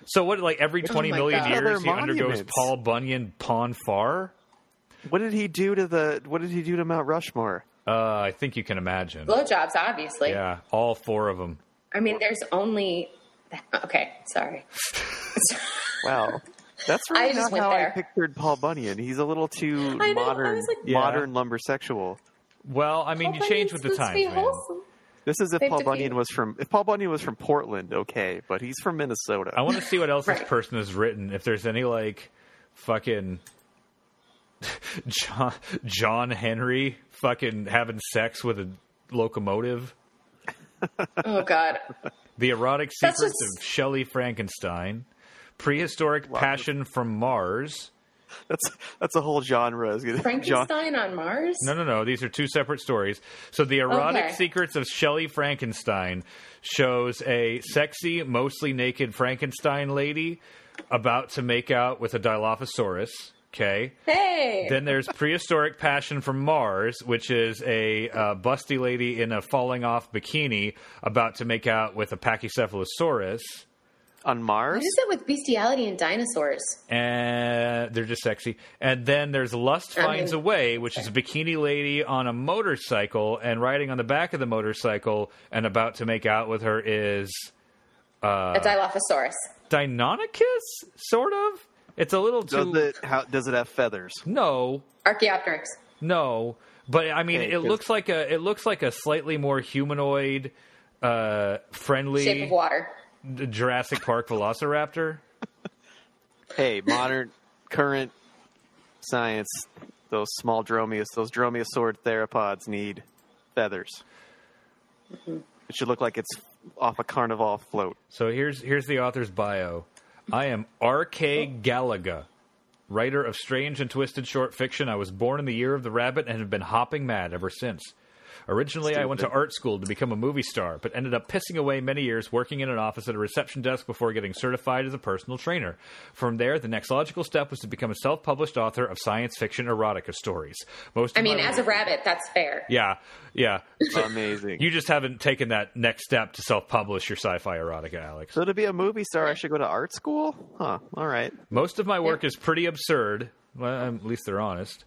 [SPEAKER 2] So what like every twenty
[SPEAKER 4] my
[SPEAKER 2] million
[SPEAKER 4] God.
[SPEAKER 2] years
[SPEAKER 3] Oh Other
[SPEAKER 2] he undergoes
[SPEAKER 3] monuments.
[SPEAKER 2] Paul Bunyan Pon Far?
[SPEAKER 3] What did he do to the? What did he do to Mount Rushmore?
[SPEAKER 2] Uh, I think you can imagine.
[SPEAKER 4] Blowjobs, obviously.
[SPEAKER 2] Yeah, all four of them.
[SPEAKER 4] I mean, there's only. Okay, sorry.
[SPEAKER 3] Wow, that's
[SPEAKER 4] I
[SPEAKER 3] really
[SPEAKER 4] just
[SPEAKER 3] not
[SPEAKER 4] went
[SPEAKER 3] how
[SPEAKER 4] there.
[SPEAKER 3] I pictured Paul Bunyan. He's a little too
[SPEAKER 4] I know, I
[SPEAKER 3] modern,
[SPEAKER 4] was like-
[SPEAKER 3] modern lumbersexual.
[SPEAKER 2] Well, I mean, you change with the times, man.
[SPEAKER 3] This is if
[SPEAKER 4] They've
[SPEAKER 3] Paul
[SPEAKER 4] defeated-
[SPEAKER 3] Bunyan was from. If Paul Bunyan was from Portland, okay, but he's from Minnesota.
[SPEAKER 2] I want to see what else this
[SPEAKER 4] Right.
[SPEAKER 2] person has written. If there's any like fucking John John Henry fucking having sex with a locomotive,
[SPEAKER 4] Oh God.
[SPEAKER 2] the erotic
[SPEAKER 4] That's
[SPEAKER 2] secrets
[SPEAKER 4] just-
[SPEAKER 2] of Shelley Frankenstein, prehistoric passion from Mars.
[SPEAKER 3] That's that's a whole genre. Is gonna, John,
[SPEAKER 4] Frankenstein on Mars.
[SPEAKER 2] No, no, no. These are two separate stories. So, The Erotic
[SPEAKER 4] Okay.
[SPEAKER 2] Secrets of Shelley Frankenstein shows a sexy, mostly naked Frankenstein lady about to make out with a Dilophosaurus. Okay.
[SPEAKER 4] Hey.
[SPEAKER 2] Then there's Prehistoric Passion from Mars, which is a uh, busty lady in a falling off bikini about to make out with a Pachycephalosaurus.
[SPEAKER 3] on
[SPEAKER 4] what
[SPEAKER 3] Mars.
[SPEAKER 4] is it with bestiality and dinosaurs?
[SPEAKER 2] and they're just sexy. And then there's Lust
[SPEAKER 4] I
[SPEAKER 2] Finds
[SPEAKER 4] mean-
[SPEAKER 2] a Way, which is a bikini lady on a motorcycle and riding on the back of the motorcycle and about to make out with her is Uh,
[SPEAKER 4] a Dilophosaurus.
[SPEAKER 2] Deinonychus, sort of. It's a little
[SPEAKER 3] Does
[SPEAKER 2] too
[SPEAKER 3] it how does it have feathers?
[SPEAKER 2] no,
[SPEAKER 4] Archaeopteryx.
[SPEAKER 2] no. But I mean,
[SPEAKER 3] Okay,
[SPEAKER 2] it
[SPEAKER 3] 'cause-
[SPEAKER 2] looks like a it looks like a slightly more humanoid, uh,
[SPEAKER 4] Shape of
[SPEAKER 2] friendly
[SPEAKER 4] water.
[SPEAKER 2] Jurassic Park Velociraptor.
[SPEAKER 3] Hey, modern current science, those small dromeos, those dromeosaurid theropods need feathers. It should look like it's off a carnival float.
[SPEAKER 2] So here's here's the author's bio. I am R.K. Gallagher, writer of strange and twisted short fiction. I was born in the year of the rabbit and have been hopping mad ever since. Originally, I went to
[SPEAKER 3] Stupid.
[SPEAKER 2] art school to become a movie star, but ended up pissing away many years working in an office at a reception desk before getting certified as a personal trainer. From there, the next logical step was to become a self published author of science fiction erotica stories. Most
[SPEAKER 4] I mean, as a rabbit, that's fair.
[SPEAKER 2] yeah, yeah.
[SPEAKER 3] Amazing.
[SPEAKER 2] You just haven't taken that next step to self publish your sci fi erotica, Alex.
[SPEAKER 3] so to be a movie star, I should go to art school? Huh. All right.
[SPEAKER 2] Most of my work is pretty absurd. Well, at least they're honest.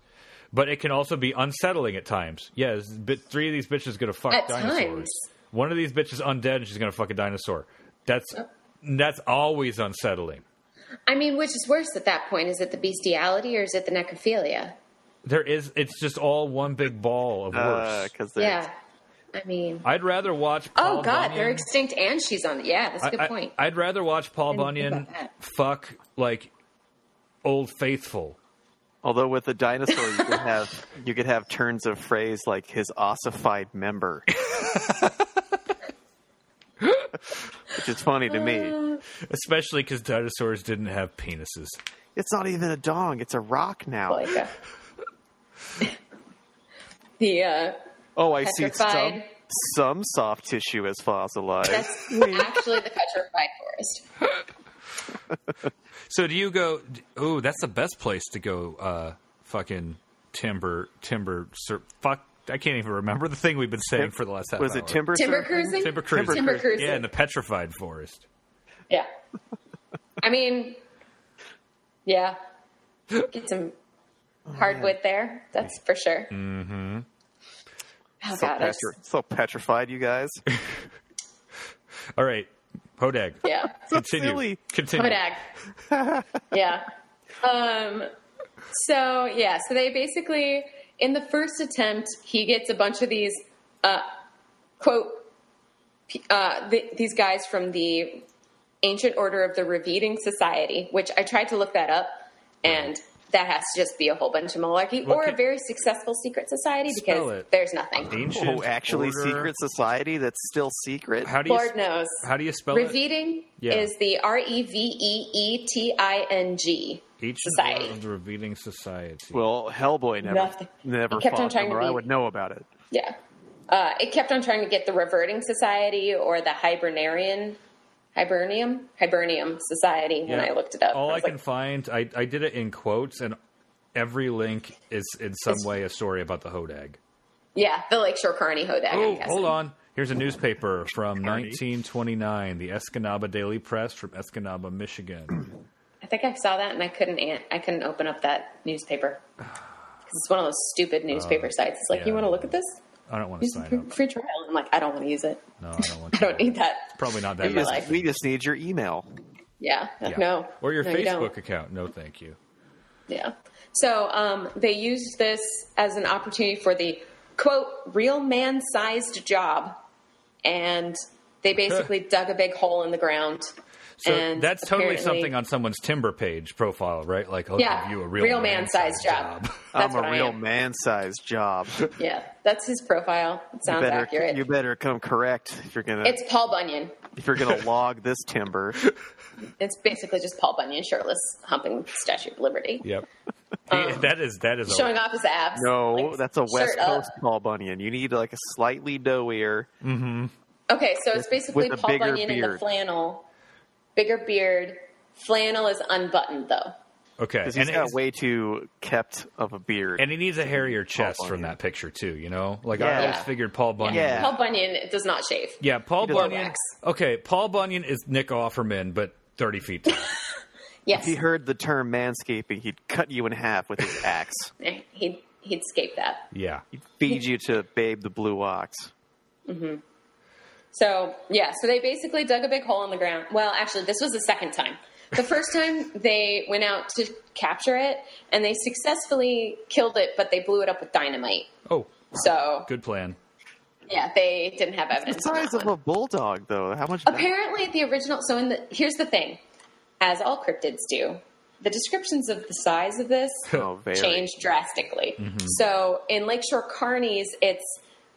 [SPEAKER 2] But it can also be unsettling at times. Yeah, this bit, three of these bitches gonna fuck
[SPEAKER 4] At
[SPEAKER 2] dinosaurs.
[SPEAKER 4] times.
[SPEAKER 2] One of these bitches undead and she's gonna fuck a dinosaur. That's
[SPEAKER 4] Oh.
[SPEAKER 2] that's always unsettling.
[SPEAKER 4] I mean, which is worse at that point? Is it the bestiality or is it the necrophilia?
[SPEAKER 2] There is it's just all one big ball
[SPEAKER 3] Uh,
[SPEAKER 2] of worse.
[SPEAKER 3] Because
[SPEAKER 4] Yeah. I mean,
[SPEAKER 2] I'd rather watch Paul
[SPEAKER 4] oh God,
[SPEAKER 2] Bunyan-
[SPEAKER 4] they're extinct and she's on. Yeah, that's a good
[SPEAKER 2] I,
[SPEAKER 4] point.
[SPEAKER 2] would rather watch Paul
[SPEAKER 4] Didn't think
[SPEAKER 2] Bunyan
[SPEAKER 4] about that.
[SPEAKER 2] fuck like old faithful.
[SPEAKER 3] Although with the dinosaur, you could have you could have turns of phrase like his ossified member, which is funny to me.
[SPEAKER 2] Especially because dinosaurs didn't have penises.
[SPEAKER 3] It's not even a dong; it's a rock now.
[SPEAKER 4] like a, the uh,
[SPEAKER 3] oh, I see some
[SPEAKER 4] Petrified.
[SPEAKER 3] some soft tissue is fossilized.
[SPEAKER 4] that's actually the petrified forest.
[SPEAKER 2] So do you go? Oh, that's the best place to go. Uh, fucking timber, timber. Sur, fuck, I can't even remember the thing we've been saying for the last half.
[SPEAKER 3] was
[SPEAKER 2] hour.
[SPEAKER 3] it timber
[SPEAKER 4] Timber
[SPEAKER 3] surfing?
[SPEAKER 4] cruising.
[SPEAKER 2] Timber cruising.
[SPEAKER 4] Timber cruising.
[SPEAKER 2] Yeah, in the petrified forest.
[SPEAKER 4] Yeah. I mean, yeah. Get some hardwood there. That's for sure. Mm-hmm. Oh,
[SPEAKER 3] So,
[SPEAKER 4] God. I just-
[SPEAKER 3] petri- so petrified, you guys.
[SPEAKER 2] All right, Hodag.
[SPEAKER 4] yeah.
[SPEAKER 2] Continue.
[SPEAKER 3] silly.
[SPEAKER 2] Continue.
[SPEAKER 4] Kodak. yeah. Um, so, yeah. So they basically, in the first attempt, he gets a bunch of these, uh, quote, p- uh, th- these guys from the Ancient Order of the Revealing Society, which I tried to look that up, and that has to just be a whole bunch of malarkey,
[SPEAKER 2] What
[SPEAKER 4] or
[SPEAKER 2] could-
[SPEAKER 4] a very successful secret society
[SPEAKER 2] Spell
[SPEAKER 4] because
[SPEAKER 2] it.
[SPEAKER 4] there's nothing.
[SPEAKER 2] Ancient
[SPEAKER 3] Oh, actually,
[SPEAKER 2] order-
[SPEAKER 3] secret society that's still secret.
[SPEAKER 2] How do you?
[SPEAKER 4] Lord knows.
[SPEAKER 2] How do you spell it?
[SPEAKER 4] Reveating
[SPEAKER 2] Yeah.
[SPEAKER 4] is the R E V E E T I N G
[SPEAKER 2] Ancient
[SPEAKER 4] Society.
[SPEAKER 2] Order of the Revealing Society.
[SPEAKER 3] Well, Hellboy never
[SPEAKER 4] Nothing.
[SPEAKER 3] never
[SPEAKER 4] He kept on
[SPEAKER 3] fought
[SPEAKER 4] trying
[SPEAKER 3] them, or
[SPEAKER 4] to
[SPEAKER 3] I
[SPEAKER 4] be-
[SPEAKER 3] would know about it.
[SPEAKER 4] Yeah. Uh, it kept on trying to get the Reverting Society or the Hibernarian, Hibernium, Hibernium Society when
[SPEAKER 2] Yeah.
[SPEAKER 4] I looked it up.
[SPEAKER 2] all I,
[SPEAKER 4] was
[SPEAKER 2] can
[SPEAKER 4] like,
[SPEAKER 2] find, I, I did it in quotes, and every link is in some
[SPEAKER 4] It's-
[SPEAKER 2] way a story about the Hodag.
[SPEAKER 4] yeah, the Lakeshore Carney Hodag.
[SPEAKER 2] Oh,
[SPEAKER 4] I'm guessing.
[SPEAKER 2] hold on. Here's a newspaper from 1929, the Escanaba Daily Press from Escanaba, Michigan.
[SPEAKER 4] I think I saw that and I couldn't an- I couldn't open up that newspaper because it's one of those stupid newspaper sites. It's
[SPEAKER 2] Uh,
[SPEAKER 4] like
[SPEAKER 2] yeah.
[SPEAKER 4] you want to look at this?
[SPEAKER 2] I don't want to
[SPEAKER 4] Use
[SPEAKER 2] sign
[SPEAKER 4] the
[SPEAKER 2] up.
[SPEAKER 4] free trial. I'm like I don't want to use it.
[SPEAKER 2] No, I don't want.
[SPEAKER 4] I don't need that.
[SPEAKER 2] Probably not that.
[SPEAKER 3] We just,
[SPEAKER 2] much.
[SPEAKER 4] life.
[SPEAKER 3] we just need your email.
[SPEAKER 4] Yeah,
[SPEAKER 2] Yeah.
[SPEAKER 4] no.
[SPEAKER 2] Or your
[SPEAKER 4] No, you don't.
[SPEAKER 2] Facebook account. No, thank you.
[SPEAKER 4] Yeah. So um, they used this as an opportunity for the quote real man sized job, and they basically dug a big hole in the ground.
[SPEAKER 2] So
[SPEAKER 4] and
[SPEAKER 2] that's totally
[SPEAKER 4] apparently-
[SPEAKER 2] something on someone's Timber page profile, right? Like, I'll
[SPEAKER 4] yeah,
[SPEAKER 2] give you a real,
[SPEAKER 4] man-sized
[SPEAKER 2] man-sized
[SPEAKER 4] That's
[SPEAKER 3] I'm
[SPEAKER 4] what
[SPEAKER 3] a
[SPEAKER 4] I
[SPEAKER 3] real
[SPEAKER 4] am.
[SPEAKER 3] man-sized job. You
[SPEAKER 4] Yeah, that's his profile. It sounds
[SPEAKER 3] better,
[SPEAKER 4] accurate.
[SPEAKER 3] you better come correct if you're gonna
[SPEAKER 4] it's Paul Bunyan.
[SPEAKER 3] if you're gonna log this timber.
[SPEAKER 4] It's basically just Paul Bunyan shirtless humping Statue of Liberty,
[SPEAKER 2] Yep. He-
[SPEAKER 4] Um,
[SPEAKER 2] that is that is
[SPEAKER 4] showing
[SPEAKER 2] a,
[SPEAKER 4] off his abs.
[SPEAKER 3] No,
[SPEAKER 4] like,
[SPEAKER 3] that's a West
[SPEAKER 4] shirt up.
[SPEAKER 3] Coast Paul Bunyan. You need like a slightly doughier.
[SPEAKER 4] Okay, so it's basically
[SPEAKER 3] with a
[SPEAKER 4] Paul
[SPEAKER 3] bigger
[SPEAKER 4] Bunyan in the
[SPEAKER 3] beard.
[SPEAKER 4] flannel, bigger beard. Flannel is unbuttoned though.
[SPEAKER 2] okay,
[SPEAKER 3] Because
[SPEAKER 2] and,
[SPEAKER 3] he's got
[SPEAKER 2] it's-
[SPEAKER 3] way too kept of a beard.
[SPEAKER 2] and he needs a hairier chest
[SPEAKER 3] Paul
[SPEAKER 2] from
[SPEAKER 3] Bunyan.
[SPEAKER 2] that picture too. You know, like I
[SPEAKER 3] Yeah.
[SPEAKER 2] always
[SPEAKER 4] Yeah.
[SPEAKER 2] figured Paul Bunyan
[SPEAKER 3] Yeah.
[SPEAKER 4] Paul Bunyan does not shave.
[SPEAKER 2] Yeah, Paul
[SPEAKER 3] doesn't
[SPEAKER 2] Bunyan.
[SPEAKER 4] wax.
[SPEAKER 2] Okay, Paul Bunyan is Nick Offerman, but thirty feet tall.
[SPEAKER 4] Yes,
[SPEAKER 3] if he heard the term manscaping, he'd cut you in half with his axe.
[SPEAKER 4] he'd he'd escape that.
[SPEAKER 2] yeah,
[SPEAKER 3] Feed you to Babe the Blue Ox.
[SPEAKER 4] So yeah, so they basically dug a big hole in the ground. Well, actually, this was the second time. The first time they went out to capture it, and they successfully killed it, but they blew it up with dynamite.
[SPEAKER 2] Oh,
[SPEAKER 4] So
[SPEAKER 2] good plan.
[SPEAKER 4] yeah, they didn't have
[SPEAKER 3] The
[SPEAKER 4] evidence. on that
[SPEAKER 3] size of
[SPEAKER 4] one.
[SPEAKER 3] a bulldog, though. How much?
[SPEAKER 4] Apparently, the original. So in the here's the thing, as all cryptids do, the descriptions of the size of this
[SPEAKER 3] Oh, very. Mm-hmm.
[SPEAKER 4] changed drastically. So in Lakeshore Carney's, it's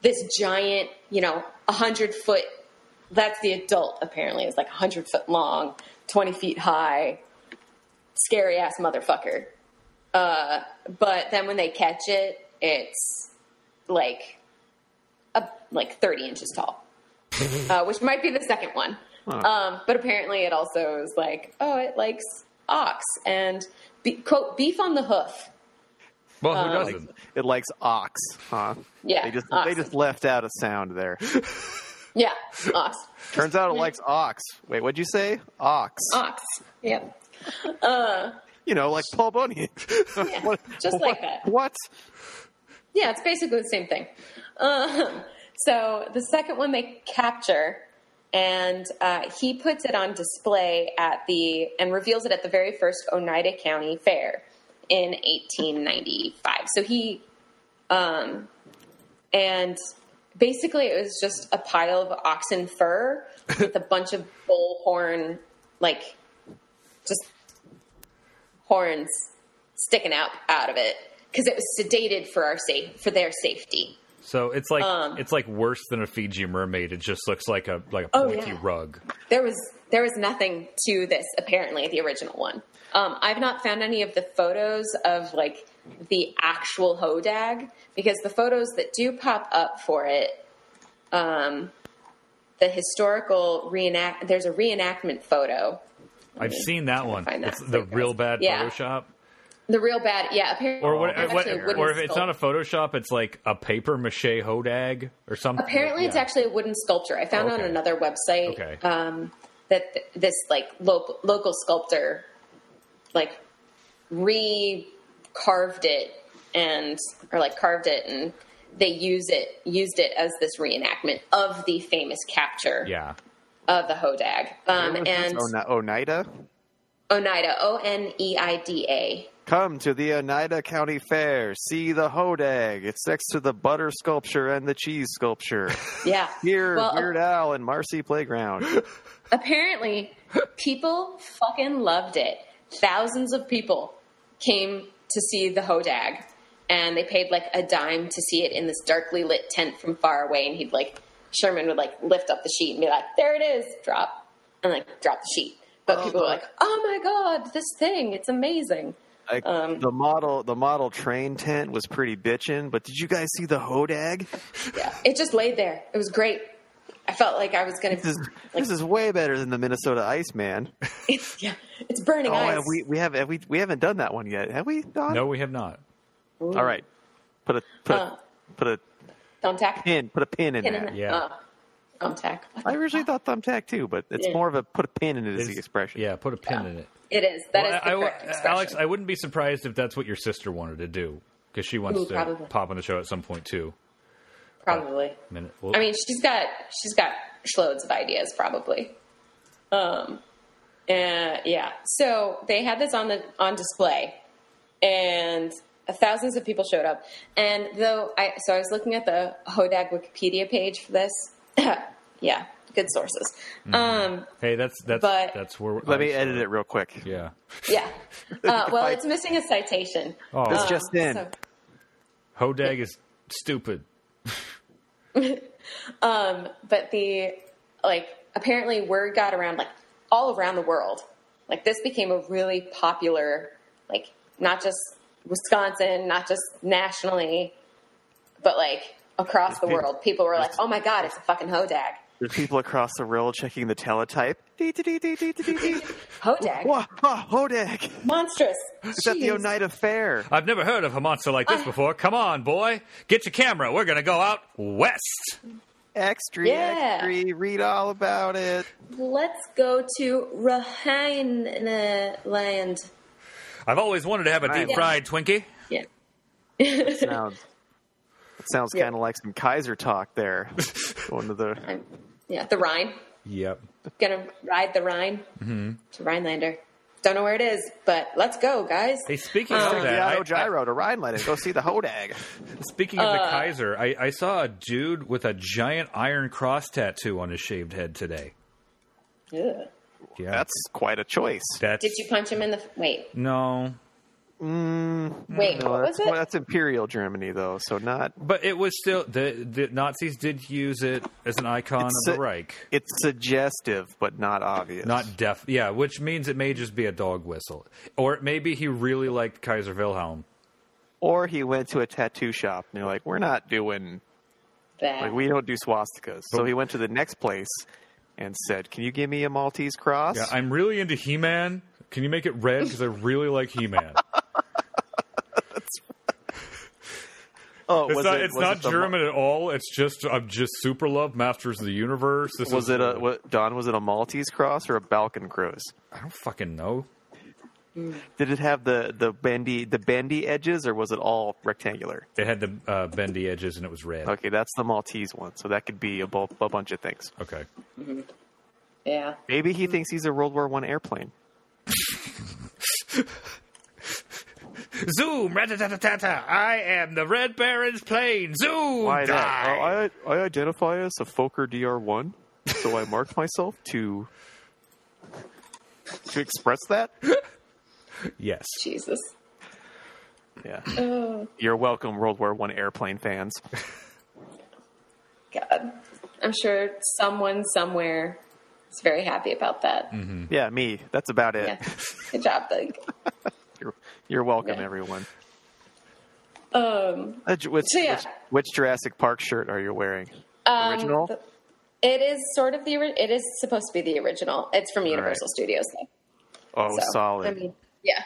[SPEAKER 4] this giant, you know, 100 foot, that's the adult apparently, it's like 100 foot long, 20 feet high, scary ass motherfucker. Uh, but then when they catch it, it's like uh, like 30 inches tall, uh, which might be the second one. Um, but apparently, it also is like, oh, it likes ox and be, quote beef on the hoof.
[SPEAKER 2] Well,
[SPEAKER 4] Uh,
[SPEAKER 2] who
[SPEAKER 3] Like,
[SPEAKER 2] doesn't?
[SPEAKER 3] it likes ox, huh?
[SPEAKER 4] Yeah,
[SPEAKER 3] They just
[SPEAKER 4] ox.
[SPEAKER 3] they just left out a sound there.
[SPEAKER 4] Yeah, ox,
[SPEAKER 3] Turns out it likes ox. Wait, what'd you say? Ox.
[SPEAKER 4] ox. Yep.
[SPEAKER 3] You know, like Paul Bunyan.
[SPEAKER 4] Yeah, just um, like that.
[SPEAKER 3] What?
[SPEAKER 4] Yeah, it's basically the same thing. Um, so the second one they capture, and uh, he puts it on display at the and reveals it at the very first Oneida County Fair in 1895. So he, um, and basically it was just a pile of oxen fur with a bunch of bullhorn, like just horns sticking out out of it because it was sedated for our safe for their safety.
[SPEAKER 2] So it's like
[SPEAKER 4] Um,
[SPEAKER 2] it's like worse than a Fiji mermaid. It just looks like a like a
[SPEAKER 4] Oh,
[SPEAKER 2] pointy
[SPEAKER 4] yeah.
[SPEAKER 2] rug.
[SPEAKER 4] There was there was nothing to this apparently the original one. Um, I've not found any of the photos of like the actual hodag because the photos that do pop up for it, um, the historical reenact there's a reenactment photo.
[SPEAKER 2] I've seen that one.
[SPEAKER 4] find that.
[SPEAKER 2] It's the real bad
[SPEAKER 4] Yeah.
[SPEAKER 2] Photoshop.
[SPEAKER 4] The real bad, yeah. Apparently,
[SPEAKER 2] Or what, uh,
[SPEAKER 4] it's
[SPEAKER 2] what-
[SPEAKER 4] actually a wooden
[SPEAKER 2] or if it's
[SPEAKER 4] skull.
[SPEAKER 2] not a Photoshop, it's like a paper mache hodag or something.
[SPEAKER 4] Apparently, it's
[SPEAKER 2] Yeah.
[SPEAKER 4] actually a wooden sculpture. I found
[SPEAKER 2] Okay.
[SPEAKER 4] on another website
[SPEAKER 2] Okay.
[SPEAKER 4] um, that th- this like local local sculptor like re carved it and or like carved it and they use it used it as this reenactment of the famous capture
[SPEAKER 2] yeah.
[SPEAKER 4] of the hodag um,
[SPEAKER 3] Where was this?
[SPEAKER 4] and
[SPEAKER 3] Ona- Oneida.
[SPEAKER 4] oneida o n e i d a
[SPEAKER 3] Come to the Oneida County Fair. See the hodag. It's next to the butter sculpture and the cheese sculpture.
[SPEAKER 4] yeah
[SPEAKER 3] Here,
[SPEAKER 4] Well, oh.
[SPEAKER 3] Weird Al and Marcy Playground.
[SPEAKER 4] apparently people fucking loved it thousands of people came to see the hodag and they paid like a dime to see it in this darkly lit tent from far away and he'd like sherman would like lift up the sheet and be like there it is drop and like drop the sheet but people were like oh my god this thing it's amazing
[SPEAKER 3] Like
[SPEAKER 4] Um,
[SPEAKER 3] the model, the model train tent was pretty bitchin'. But did you guys see the hodag?
[SPEAKER 4] yeah it just laid there it was great i felt like i was gonna
[SPEAKER 3] This is, this is way better than the Minnesota Iceman.
[SPEAKER 4] it's, yeah it's burning
[SPEAKER 3] Oh,
[SPEAKER 4] ice
[SPEAKER 3] have we we have, have we we haven't done that one yet, have we? Don?
[SPEAKER 2] No, we have not.
[SPEAKER 3] All right, put a put
[SPEAKER 4] Uh.
[SPEAKER 3] a, put a
[SPEAKER 4] thumbtack
[SPEAKER 3] pin put a pin in
[SPEAKER 4] Pin
[SPEAKER 3] that.
[SPEAKER 4] in the-
[SPEAKER 2] Yeah.
[SPEAKER 4] uh, thumbtack
[SPEAKER 3] I originally thought thumbtack too, but it's
[SPEAKER 4] Yeah.
[SPEAKER 3] more of a put a pin in it is the
[SPEAKER 2] It's-
[SPEAKER 3] expression.
[SPEAKER 2] Yeah, put a pin
[SPEAKER 4] Yeah.
[SPEAKER 2] in it.
[SPEAKER 4] It is. That is
[SPEAKER 2] Well,
[SPEAKER 4] the
[SPEAKER 2] I- I-
[SPEAKER 4] correct expression.
[SPEAKER 2] Alex, I wouldn't be surprised if that's what your sister wanted to do because she wants
[SPEAKER 4] Ooh,
[SPEAKER 2] to
[SPEAKER 4] probably.
[SPEAKER 2] pop on the show at some point too.
[SPEAKER 4] probably.
[SPEAKER 2] I mean, well,
[SPEAKER 4] I mean, she's got she's got loads of ideas, probably. Um, uh, yeah. So they had this on the on display, and thousands of people showed up. And though I, so I was looking at the Hodag Wikipedia page for this. yeah, good sources.
[SPEAKER 3] Mm-hmm.
[SPEAKER 4] Um,
[SPEAKER 2] hey, that's that's
[SPEAKER 4] but-
[SPEAKER 2] that's where.
[SPEAKER 3] Let me edit it real quick.
[SPEAKER 2] Yeah.
[SPEAKER 4] yeah. Uh, well, it's missing a citation. Um,
[SPEAKER 2] Oh,
[SPEAKER 3] This just in.
[SPEAKER 4] So-
[SPEAKER 2] Hodag is stupid.
[SPEAKER 4] Um, but the like apparently word got around like all around the world. Like this became a really popular, like not just Wisconsin, not just nationally, but like across the
[SPEAKER 3] people-
[SPEAKER 4] world. People were like, "Oh my god, it's a fucking hodag,
[SPEAKER 3] There's people across the world checking the teletype. Dee, dee, dee, dee, dee, dee, dee.
[SPEAKER 4] hodag,
[SPEAKER 3] Whoa, ah, hodag!
[SPEAKER 4] monstrous."
[SPEAKER 3] It's at the
[SPEAKER 4] Jeez.
[SPEAKER 3] Oneida Fair.
[SPEAKER 2] I've never heard of a monster like this
[SPEAKER 4] I-
[SPEAKER 2] before. Come on, boy, get your camera. We're gonna go out west.
[SPEAKER 3] Extra,
[SPEAKER 4] Yeah.
[SPEAKER 3] extra, read all about it.
[SPEAKER 4] Let's go to Rahineland.
[SPEAKER 2] I've always wanted to have a
[SPEAKER 3] Right.
[SPEAKER 2] deep fried Twinkie.
[SPEAKER 4] Yeah.
[SPEAKER 3] Sounds, it sounds
[SPEAKER 4] Yeah.
[SPEAKER 3] kind of like some Kaiser talk there. One of the
[SPEAKER 4] I'm, yeah, the Rhine.
[SPEAKER 2] Yep.
[SPEAKER 4] Gonna ride the Rhine
[SPEAKER 3] Mm-hmm.
[SPEAKER 4] to Rhinelander. Don't know where it is, but let's go, guys.
[SPEAKER 2] Hey, speaking
[SPEAKER 4] Um,
[SPEAKER 2] of that, I-
[SPEAKER 3] Giotto
[SPEAKER 2] I-
[SPEAKER 3] Gyro to Rhineland and go see the hodag.
[SPEAKER 2] Speaking of
[SPEAKER 4] Uh,
[SPEAKER 2] the Kaiser, I, I saw a dude with a giant iron cross tattoo on his shaved head today.
[SPEAKER 4] Ugh.
[SPEAKER 2] Yeah,
[SPEAKER 3] That's quite a choice.
[SPEAKER 2] that's
[SPEAKER 4] Did you punch him in the wait?
[SPEAKER 2] no,
[SPEAKER 4] Wait,
[SPEAKER 3] Mm, No,
[SPEAKER 4] what
[SPEAKER 3] that's,
[SPEAKER 4] was it?
[SPEAKER 3] Uh, well, that's Imperial Germany, though, so not.
[SPEAKER 2] but it was still the the Nazis did use it as an icon
[SPEAKER 3] It's
[SPEAKER 2] of
[SPEAKER 3] a-
[SPEAKER 2] the Reich,
[SPEAKER 3] It's suggestive, but not obvious.
[SPEAKER 2] not deaf. Yeah, which means it may just be a dog whistle, or maybe he really liked Kaiser Wilhelm.
[SPEAKER 3] Or he went to a tattoo shop and they're like, "We're not doing
[SPEAKER 4] Bad.
[SPEAKER 3] Like we don't do swastikas. So he went to the next place and said, "Can you give me a Maltese cross?"
[SPEAKER 2] Yeah, I'm really into He Man. Can you make it red? Because I really like He Man.
[SPEAKER 3] oh,
[SPEAKER 2] It's
[SPEAKER 3] was
[SPEAKER 2] not,
[SPEAKER 3] it-
[SPEAKER 2] it's
[SPEAKER 3] was
[SPEAKER 2] not
[SPEAKER 3] it the Ma-
[SPEAKER 2] German at all. It's just I'm just super love Masters of the Universe. This
[SPEAKER 3] Was
[SPEAKER 2] is,
[SPEAKER 3] it a what, Don? Was it a Maltese cross or a Balkan cross?
[SPEAKER 2] I don't fucking know.
[SPEAKER 3] Did it have the the bendy the bendy edges or was it all rectangular?
[SPEAKER 2] It had the uh, bendy edges and it was red.
[SPEAKER 3] Okay, that's the Maltese one. So that could be a, bu- a bunch of things.
[SPEAKER 2] Okay.
[SPEAKER 4] yeah.
[SPEAKER 3] Maybe he thinks he's a World War One airplane.
[SPEAKER 2] Zoom, ta. I am the Red Baron's plane. Zoom.
[SPEAKER 3] Why not?
[SPEAKER 2] die.
[SPEAKER 3] Well, I I identify as a Fokker DR1, so I marked myself to to express that.
[SPEAKER 2] Yes.
[SPEAKER 4] Jesus.
[SPEAKER 3] Yeah,
[SPEAKER 4] Oh
[SPEAKER 3] you're welcome, World War One airplane fans.
[SPEAKER 4] God. I'm sure someone somewhere is very happy about that.
[SPEAKER 3] Yeah, me. That's about it.
[SPEAKER 4] Yeah. Good job, Doug.
[SPEAKER 3] You're, you're welcome,
[SPEAKER 4] Yeah.
[SPEAKER 3] everyone.
[SPEAKER 4] Um,
[SPEAKER 3] Uh, j- which,
[SPEAKER 4] So, yeah.
[SPEAKER 3] which, which Jurassic Park shirt are you wearing?
[SPEAKER 4] um,
[SPEAKER 3] Original?
[SPEAKER 4] the- it is sort of the. ori- It is supposed to be the original. It's from Universal Studios. Though.
[SPEAKER 3] oh,
[SPEAKER 4] So,
[SPEAKER 3] solid.
[SPEAKER 4] I mean, yeah,